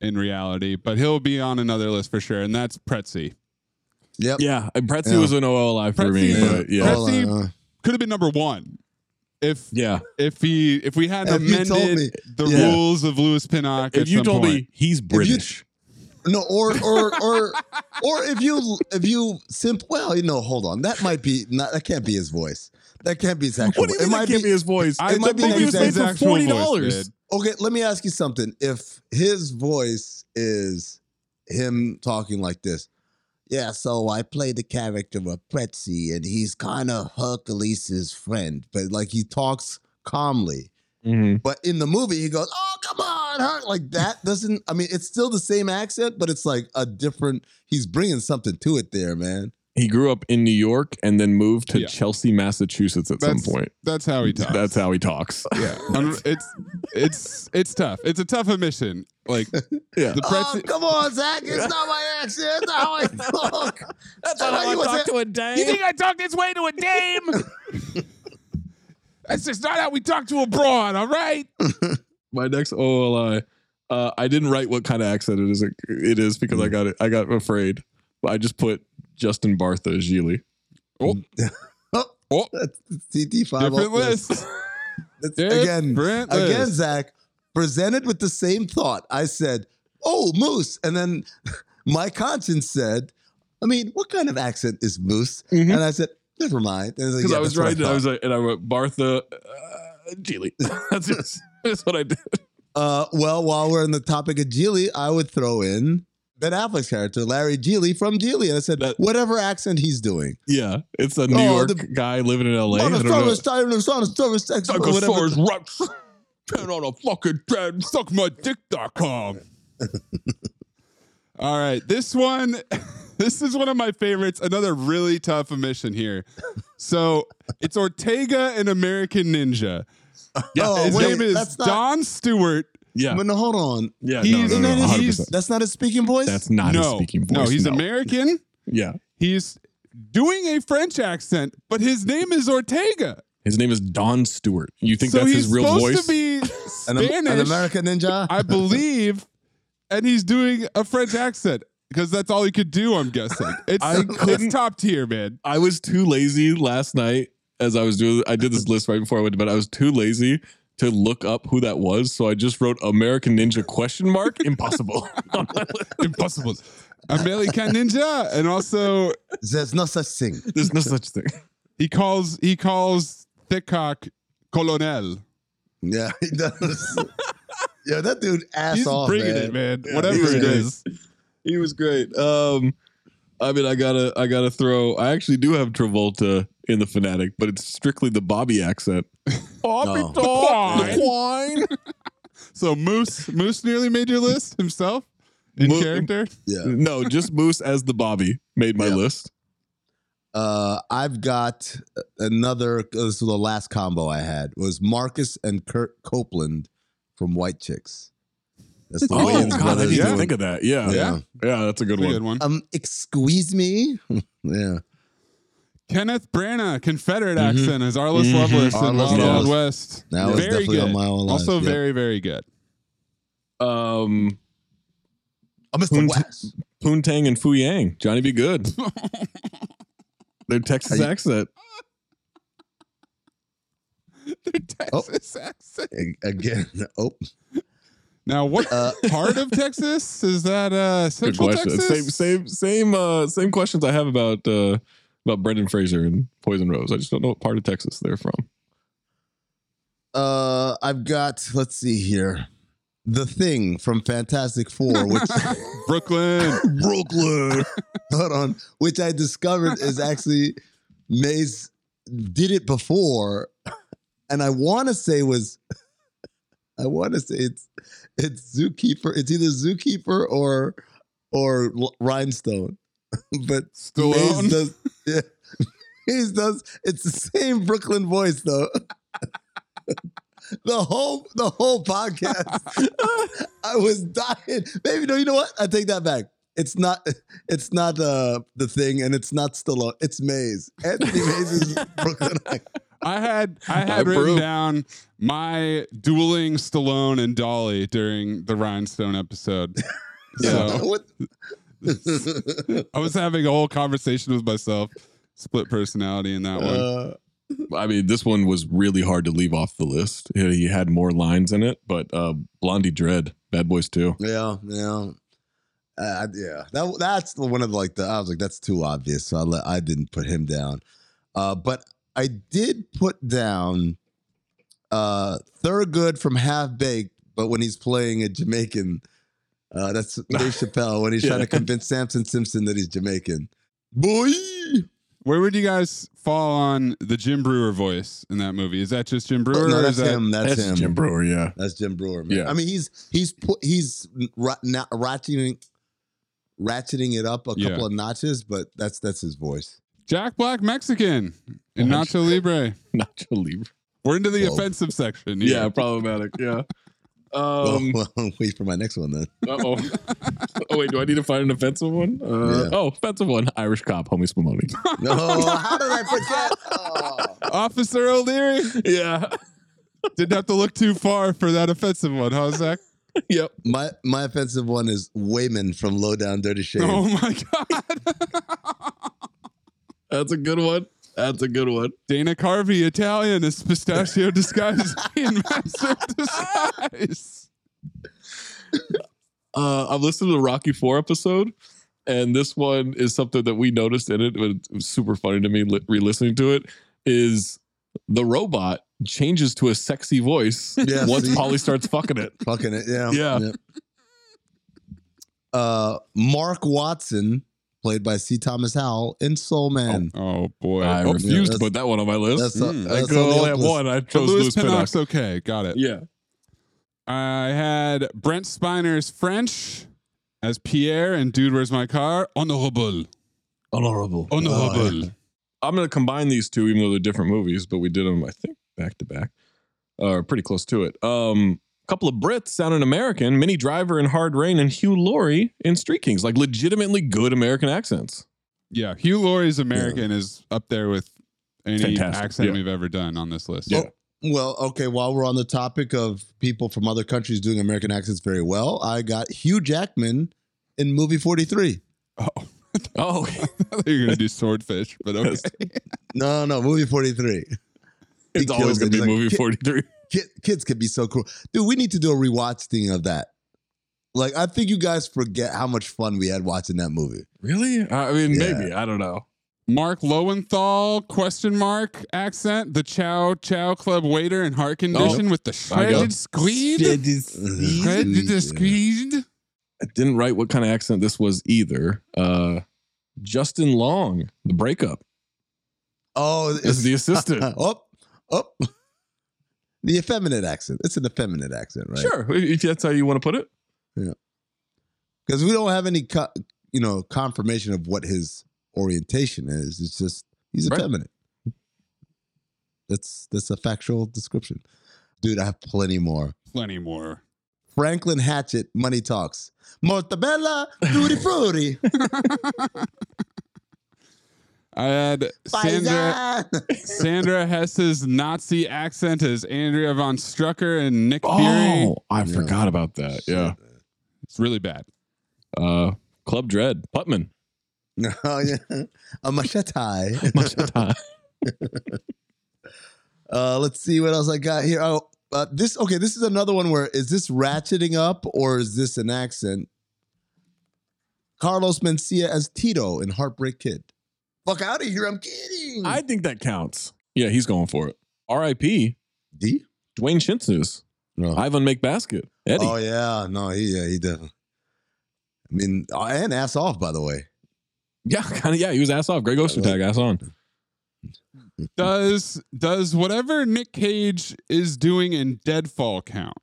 in reality, but he'll be on another list for sure, and that's Pretzi.
Yep.
Yeah. and Pretzi was an OLI for me, but yeah. OLI, uh.
could have been number one if
yeah
if he if we had
If you
amended
told
the
me. Yeah.
rules of Lewis Pinnock.
If
at
you
some
told me
point.
he's British.
No, or or or or if you if you simp well, you know, hold on, that might be not that can't be his voice. That can't be his actual.
What do you mean
it
that
might
can't
be,
be his voice?
It
I-
might
that
be the
movie was made
exact
for
actual voice,
$40.
dude. Okay, let me ask you something. If his voice is him talking like this, yeah. So I play the character of Pretzi, and he's kind of Hercules' friend, but like he talks calmly. But in the movie, he goes, "Oh, come on, Herc!" Like that doesn't. I mean, it's still the same accent, but it's like a different. He's bringing something to it there, man.
He grew up in New York and then moved to
Yeah.
Chelsea, Massachusetts at
That's-
some point.
That's how he talks.
That's how he talks.
Yeah, Un- it's it's it's tough. It's a tough admission. Like
Yeah.
the
Oh,
Pretzi.
come on, Zach. It's not my accent. It's not how I talk. That's
not how I talk to
a dame.
You think
I talk this way to a dame? That's just not how we talk to a broad. All right.
My next OLI. Uh, I didn't write what kind of accent it is. It is because
Mm.
I got it. I got afraid. I just put Justin Bartha as Gili.
Oh,
oh,
oh.
CT five oh,
Different list.
again,
Different
again,
list.
Zach presented with the same thought. I said, "Oh, moose," and then my conscience said, "I mean, what kind of accent is moose?" And I said, "Never mind." And
Because
yeah,
I was
that's what
writing, I,
thought.
was like, and I wrote Bartha uh, Gili. That's just that's what I did.
Uh, well, while we're on the topic of Geely, I would throw in Ben Affleck's character, Larry Geely from Geely. And I said, whatever accent he's doing.
Yeah, it's a New
Oh,
York
the-
guy living in L.A. I don't know. Stegosaurus
Stegosaurus
Rex. Turn on a fucking dead.
Suck my dick.com. All right. This one, this is one of my favorites. Another really tough omission here. So it's Ortega and American Ninja.
Yeah. Oh,
His
wait,
name is
that's not-
Don Stewart.
Yeah.
But no, hold on.
Yeah,
He's-
Uh, no, no, no,
he's-
100%.
That's not his speaking voice?
That's not his
no,
speaking voice.
no, he's American.
Yeah.
He's doing a French accent, but his name is Ortega.
His name is Don Stewart. You think
so
that's
he's
his real
supposed
voice?
to be
An,
Spanish,
Am- an American ninja?
I believe, and he's doing a French accent because that's all he could do. I'm guessing. It's,
I couldn't-
it's top tier, man.
I was too lazy last night as I was doing I did this list right before I went to bed. I was too lazy to look up who that was, so I just wrote American Ninja question mark impossible.
Impossible. American Ninja, and also
There's no such thing.
There's no such thing.
He calls he calls thick cock colonel.
Yeah, he does. yeah, that dude ass
He's
off.
bringing
man.
it, man.
Yeah,
Whatever
he's
it
great.
is.
He was great. Um I mean I gotta I gotta throw I actually do have Travolta in the fanatic, but it's strictly the Bobby accent.
Oh,
No.
So Moose Moose nearly made your list himself in
Mo-
character.
Yeah.
No, just Moose as the Bobby made my list.
Uh, I've got another. This was the last combo I had was Marcus and Kurt Copeland from White Chicks. That's the
Oh
Wayans
god, I
brothers
didn't even
doing-
think of that. Yeah.
Yeah.
Yeah, that's a good
That's a
one.
good one.
Um, excuse me. yeah. Mm-hmm.
Kenneth Branagh, Confederate accent is Arliss Lovelace in
Arliss
Wild Wild
Lovelace.
West.
That was definitely on my own
also
list, yep.
very, very good.
Um
Oh, Mr.
Poon-
West.
Poontang and Fu Yang. Johnny be good. Their Texas
Are you-
accent.
Their Texas accent.
A- Again. Oh.
Now, what part of Texas is that? Uh,
Good
Central
question.
Texas.
Same, same, same, uh, same questions I have about uh, about Brendan Fraser and Poison Rose. I just don't know what part of Texas they're from.
Uh, I've got. Let's see here. The thing from Fantastic Four, which
Brooklyn,
Brooklyn, hold on, which I discovered is actually Mace did it before, and I want to say was, I want to say it's it's zookeeper. It's either zookeeper or or L- rhinestone, but
Stallone?
Maze does. Yeah, Maze does. It's the same Brooklyn voice though. The whole the whole podcast. I was dying. Maybe no, you know what? I take that back. It's not it's not uh the thing and it's not Stallone. It's Maze. Anthony Maze is Brooklyn.
I had I had
I
written
approve.
down my dueling Stallone and Dolly during the Rhinestone episode. So
What?
I was having a whole conversation with myself. Split personality in that one.
I mean, this one was really hard to leave off the list. He had more lines in it, but uh, Blondie Dread, Bad Boys too.
Yeah, yeah. Uh, yeah, that that's the one of like the I was like that's too obvious, so I let, I didn't put him down. Uh, but I did put down uh Thurgood from Half Baked, but when he's playing a Jamaican, uh, that's Dave Chappelle when he's trying
Yeah.
to convince Samson Simpson that he's Jamaican.
Boy, where would you guys fall on the Jim Brewer voice in that movie? Is that just Jim Brewer?
no,
or
that's
is that,
him. That's, him.
yeah.
That's Jim Brewer, man.
Yeah.
I mean, he's he's pu- he's ra- na- ratcheting ratcheting it up a
Yeah.
couple of notches, but that's that's his voice.
Jack Black Mexican in Nacho Libre.
Nacho Libre.
We're into the
Whoa.
offensive section.
Yeah, problematic. Yeah. Um,
well, well, wait for my next one then.
uh oh. oh wait, do I need to find an offensive one? Uh, Oh, offensive one. Irish cop, homie Spumoni.
No, how did I forget?
Officer O'Leary.
Yeah.
Didn't have to look too far for that offensive one, huh, Zach?
yep.
My my offensive one is Wayman from Low Down Dirty Shame.
Oh my god.
That's a good one. That's a good one.
Dana Carvey, Italian, is pistachio disguise in master disguise.
uh, I'm listening to the Rocky Four episode, and this one is something that we noticed in it. But it was super funny to me li- re-listening to it. Is the robot changes to a sexy voice
Yeah,
once
see?
Polly starts fucking it?
Fucking it, yeah.
Yeah.
Uh, Mark Watson, played by C. Thomas Howell in Soul Man.
Oh, boy,
I
Oh, yeah,
refuse to
that's-
put that one on my list.
that's a-
Hmm.
Mm. I
that's
could
on the
only
up
have
list.
one. I
But
chose
Louis
Louis Pinnock.
Pinnock's okay. Got it.
Yeah.
I had Brent Spiner's French as Pierre and Dude, Where's My Car? Honorable.
Honorable.
Oh,
Honorable.
I'm going to combine these two, even though they're different movies, but we did them, I think, back to back, or pretty close to it. Um, a couple of Brits sound an American, Minnie Driver in Hard Rain, and Hugh Laurie in Street Kings, like legitimately good American accents.
Yeah, Hugh Laurie's American is up there with any
Fantastic.
accent
Yeah.
we've ever done on this list.
Yeah. Well, okay, while we're on the topic of people from other countries doing American accents very well, I got Hugh Jackman in movie 43.
Oh,
I thought you were gonna do swordfish, but okay.
No, no, movie 43.
It's always
kills it.
going to be
He's like,
movie
"Ki-
43.
Kid, kids could be so cruel. Dude, we need to do a rewatch thing of that. Like, I think you guys forget how much fun we had watching that movie.
Really? I mean,
Yeah.
maybe. I don't know.
Mark Lowenthal question mark accent, the Chow Chow Club waiter in heart condition with the
Oh. I got-
shredded squeed. Shredded squeed.
I didn't write what kind of accent this was either. Uh, Justin Long, The Breakup.
Oh,
It's the assistant.
up, up. The effeminate accent. It's an effeminate accent, right?
Sure. If that's how you want to put it.
Because we don't have any, co- you know, confirmation of what his orientation is. It's just he's
Right.
effeminate. That's that's a factual description, dude. I have plenty more.
Plenty more.
Franklin Hatchet, Money Talks. Mortabella, Duty Fruity.
I had Sandra Sandra Hess's Nazi accent as Andrea von Strucker and Nick Fury.
Oh, I forgot about that. Yeah.
It's really bad.
Uh, Club Dread, Putman.
Oh yeah, a machete.
Machete.
uh, let's see what else I got here. Oh,
Uh, this okay. This is another one where is this ratcheting up or is this an accent? Carlos Mencia as Tito in Heartbreak Kid. Fuck out of here! I'm kidding.
I think that counts. Yeah, he's going for it. R.I.P.
D.
Dwayne Shintzus. Ivan McBasket. Eddie.
Oh yeah, no, he yeah he definitely. I mean, uh, and ass off by the way.
Yeah, kind of. Yeah, he was ass off. Greg Ostertag, ass on.
Does does whatever Nick Cage is doing in Deadfall count?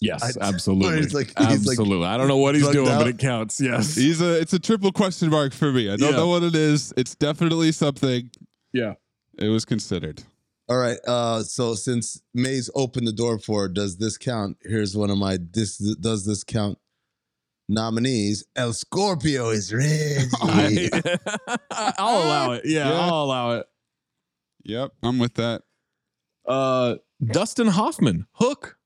Yes,
I-
absolutely.
He's like- he's like
absolutely. I don't know what he's
drugged
doing,
out.
but it counts. Yes.
He's a it's a triple question mark for me. I don't
Yeah.
know what it is. It's definitely something.
Yeah.
It was considered.
All right. Uh, so since Mays opened the door for does this count? Here's one of my this does this count nominees. El Scorpio is Reggie.
I'll allow it. Yeah,
Yeah.
I'll allow it.
Yep, I'm with that.
Uh, Dustin Hoffman, Hook.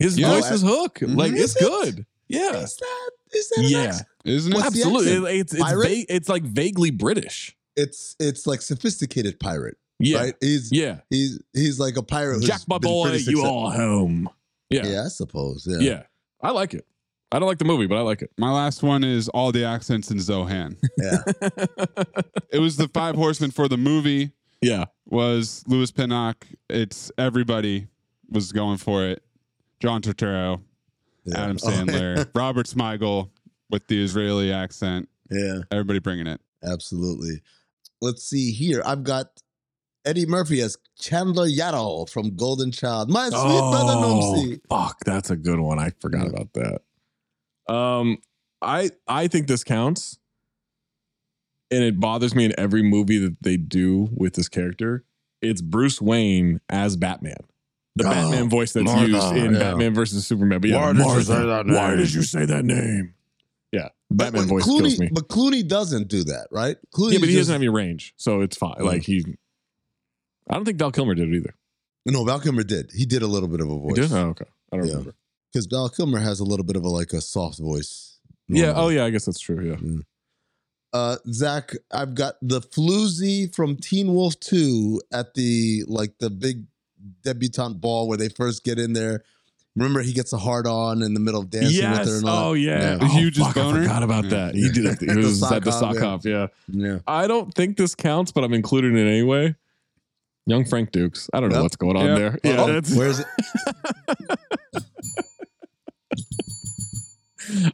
His
Yeah.
voice is Hook. Like
Mm-hmm. Is
it's
it?
good. Yeah.
is that is that an
Yeah.
accent?
Isn't it?
What's the accent?
Absolutely. It- It's it's,
Pirate?
va- it's like vaguely British.
It's it's like sophisticated pirate.
Yeah.
Right? He's
Yeah.
he's he's like a pirate. who's
Jack, my
been
boy,
pretty
you
successful.
all
Oh,
home. Yeah.
Yeah.
yeah.
I suppose. Yeah.
I like it. I don't like the movie, but I like it.
My last one is all the accents in Zohan.
Yeah.
it was the five horsemen for the movie
Yeah.
was Louis Pinnock. It's everybody was going for it. John Turturro,
Yeah.
Adam
Oh, yeah.
Sandler, Robert Smigel with the Israeli accent.
Yeah.
Everybody bringing it.
Absolutely. Let's see here. I've got Eddie Murphy as Chandler Yarrow from Golden Child. My sweet brother Nomsi.
fuck, that's a good one. I forgot about that. Um, I I think this counts, and it bothers me in every movie that they do with this character. It's Bruce Wayne as Batman, the
Oh,
Batman voice that's
Martha,
used in
yeah.
Batman versus Superman. But yeah,
Why did you
Martha,
say that
Why
name?
did you say that name? Yeah, Batman
Wait,
voice
Clooney,
kills me.
But Clooney doesn't do that, right? Clooney
yeah, but he
just-
doesn't have any range, so it's fine. Like he, I don't think Val Kilmer did it either.
No, Val Kilmer did. He did a little bit of a
He
voice.
did? Oh, okay, I don't
Yeah.
remember.
Because Val Kilmer has a little bit of a like a soft voice.
Yeah. Oh,
normally.
yeah. I guess that's true. Yeah.
Uh, Zach, I've got the floozy from Teen Wolf 2 at the like the big debutante ball where they first get in there. Remember, he gets a hard on in the middle of dancing with her.
Yes.
And all
Oh
that?
yeah.
The
Oh,
hugest
fuck,
boner.
I forgot about that. He did. He
The
was at the
sock
sock
hop,
hop. Yeah.
yeah. Yeah.
I don't think this counts, but I'm including it anyway. Young Frank Dukes. I don't know
Yep.
what's going on
Yep.
there. Yeah.
Oh,
that's-
where is it?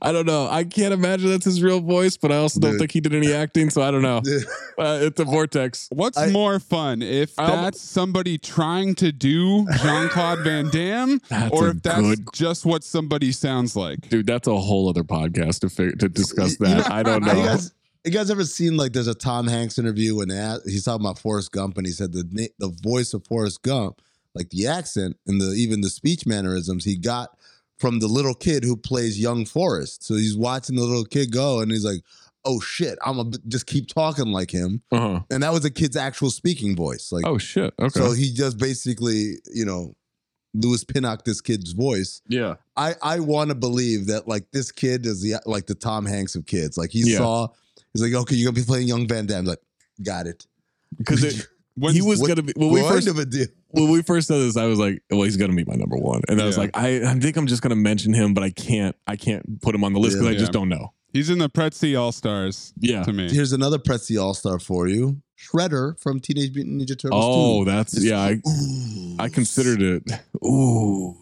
I don't know. I can't imagine that's his real voice, but I also don't
Dude.
think he did any acting, so I don't know. Uh, it's a vortex.
What's
I-
more fun if
I'll-
that's somebody trying to do Jean Claude Van Damme,
That's
or
a
if that's
good-
just what somebody sounds like?
Dude, that's a whole other podcast to fig- to discuss
You- you
that.
know-
I don't know.
You guys, you guys ever seen like there's a Tom Hanks interview when they ask, he's talking about Forrest Gump and he said the na- the voice of Forrest Gump, like the accent and the even the speech mannerisms he got from the little kid who plays young Forrest. So he's watching the little kid go and he's like, "Oh shit, I'm gonna just keep talking like him."
Uh-huh.
And that was the kid's actual speaking voice. Like
Oh shit. Okay.
so he just basically, you know, Louis Pinnock this kid's voice.
yeah.
I I want to believe that like this kid is the like the Tom Hanks of kids. Like he
Yeah.
saw, he's like, okay, you're gonna be playing young Van Damme. Like, got it.
Because it
When's-
he was
what-
gonna be when we
What
first
of a deal.
when we first said this, I was like, "Well, he's gonna be my number one," and I was
Yeah.
like, I, "I think I'm just gonna mention him, but I can't, I can't put him on the list because I
Yeah.
just don't know."
He's in the Pretzi All Stars
Yeah.
to me.
Here's another Pretzi All Star for you, Shredder from Teenage Mutant Ninja Turtles.
Oh,
2.
that's yeah. I, I considered it. Ooh,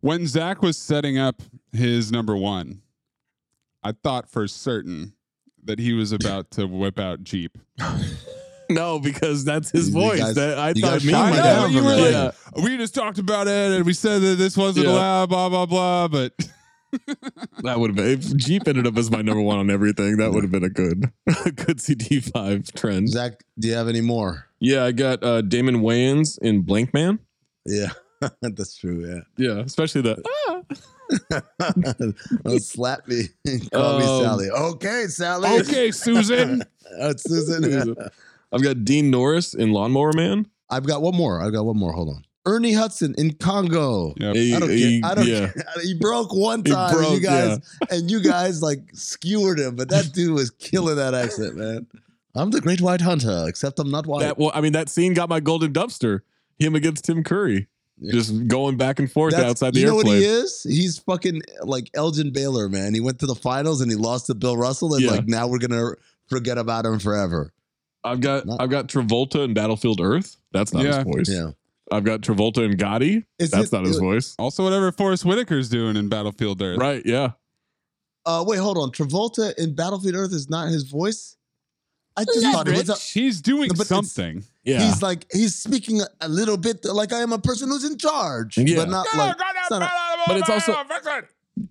When Zach was setting up his number one, I thought for certain that he was about to whip out Jeep.
no, because that's his
You
voice.
guys-
that I
you
thought
guys
me.
shot
I
my
know
down
you
from
were
that.
like, we just talked about it and we said that this wasn't
uh, Yeah.
allowed, blah blah blah. But
that would have been if Jeep ended up as my number one on everything. That would have been a good, a good CD five trend.
Zach, do you have any more?
Yeah, I got uh, Damon Wayans in Blank Man.
Yeah, that's true. Yeah,
Yeah, especially that. Ah.
Don't slap me. Call me
Um,
Sally. Okay, Sally.
okay, Susan,
Uh, Susan.
I've got Dean Norris in Lawnmower Man.
I've got one more. I've got one more. Hold on. Ernie Hudson in Congo.
Yep.
He-
I don't
he-
care. I don't
yeah.
care. He broke one
He
time, and
broke,
you guys, and you guys like skewered him. But that dude was killing that accent, man. I'm the Great White Hunter, except I'm not white.
That well, I mean, that scene got my golden dumpster him against Tim Curry, just going back and forth
That's-
outside the
you know
airplane.
what he is? He's fucking like Elgin Baylor, man. He went to the finals and he lost to Bill Russell, and
Yeah.
like now we're gonna forget about him forever.
I've got I've got Travolta in Battlefield Earth. That's not
Yeah.
his voice.
Yeah.
I've got Travolta and Gotti.
Is
That's
it-
not his voice.
Also, whatever Forrest Whitaker's doing in Battlefield Earth.
Right. Yeah.
Uh, wait, hold on. Travolta in Battlefield Earth is not his voice. I just thought it was. A,
He's doing
but it's-
something.
He's like he's speaking a, a little bit like I am a person who's in charge,
Yeah.
but not like. it's not a-
but it's also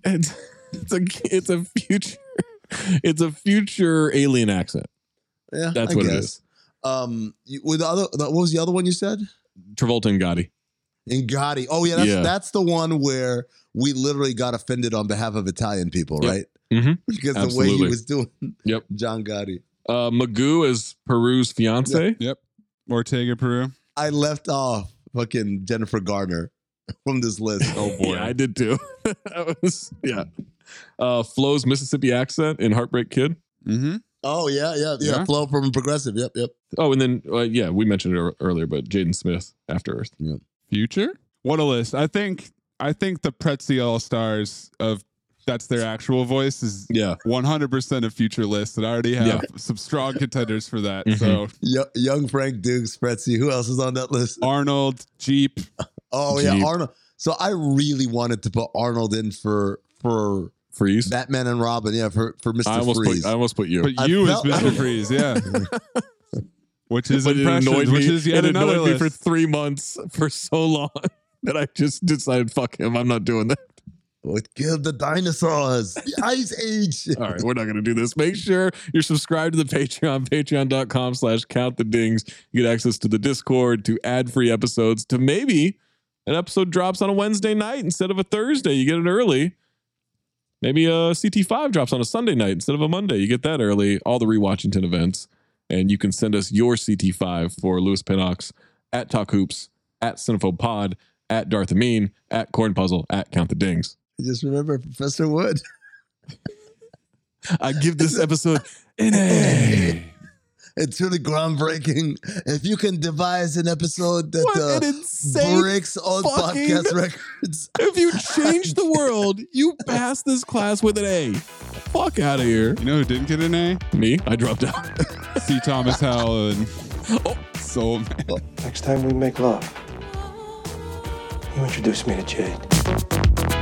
it's, it's a it's a future it's a future alien accent.
yeah,
That's
I
what it
guess.
is.
Um, you- with the other, the- what was the other one you said?
Travolta and Gotti.
And Gotti. Oh yeah, that's
Yeah.
that's the one where we literally got offended on behalf of Italian people,
Yep.
right?
Mm-hmm.
Because the way he
Absolutely.
was doing
Yep.
John Gotti.
Uh, Magoo is Peru's fiance.
Yep.
Yep. Ortega Peru.
I left off fucking Jennifer Garner from this list.
Oh boy.
Yeah, I did too. that was yeah. Uh, Flo's Mississippi accent in Heartbreak Kid.
Mm-hmm.
Oh yeah, yeah, yeah.
Yeah.
Flow from Progressive. Yep, yep.
Oh, and then uh, yeah, we mentioned it ear- earlier, but Jaden Smith after Earth.
Yeah.
Future? What a list. I think I think the Pretzi All Stars of that's their actual voice is
Yeah.
100% a future list and I already have
Yeah. Mm-hmm.
some strong contenders for that. So
Yo- young Frank Dukes, Pretzi. Who else is on that list?
Arnold, Jeep.
Oh
Jeep.
yeah, Arnold. So I really wanted to put Arnold in for for
Freeze.
Batman and Robin. Yeah, for for
I
Mister
almost
Freeze.
put I almost put you.
But
I
you
felt-
is Mr. Freeze, yeah. Which is
But it annoyed
impressions,
me.
which is yet
it
another
annoyed me
list.
for three months for so long that I just decided, fuck him. I'm not doing that.
What killed the dinosaurs? The Ice Age.
All right, we're not gonna do this. Make sure you're subscribed to the Patreon, patreon.com slash count the dings. You get access to the Discord, to ad-free episodes, to maybe an episode drops on a Wednesday night instead of a Thursday. You get it early. Maybe a CT5 drops on a Sunday night instead of a Monday. You get that early, all the rewatchington events. And you can send us your CT5 for Lewis Pinnox at Talk Hoops, at Cinephobe Pod, at Darth Amin, at Corn Puzzle, at Count the Dings.
I just remember Professor Wood.
I give this episode an A.
It's really groundbreaking. If you can devise an episode that
What
uh,
an insane
breaks all
fucking-
podcast records,
If you change the world, you pass this class with an A. Fuck out of here.
You know who didn't get an A?
Me? I dropped out. Oh.
C. Thomas Howell and Soul Man.
Next time we make love, you introduce me to Jade.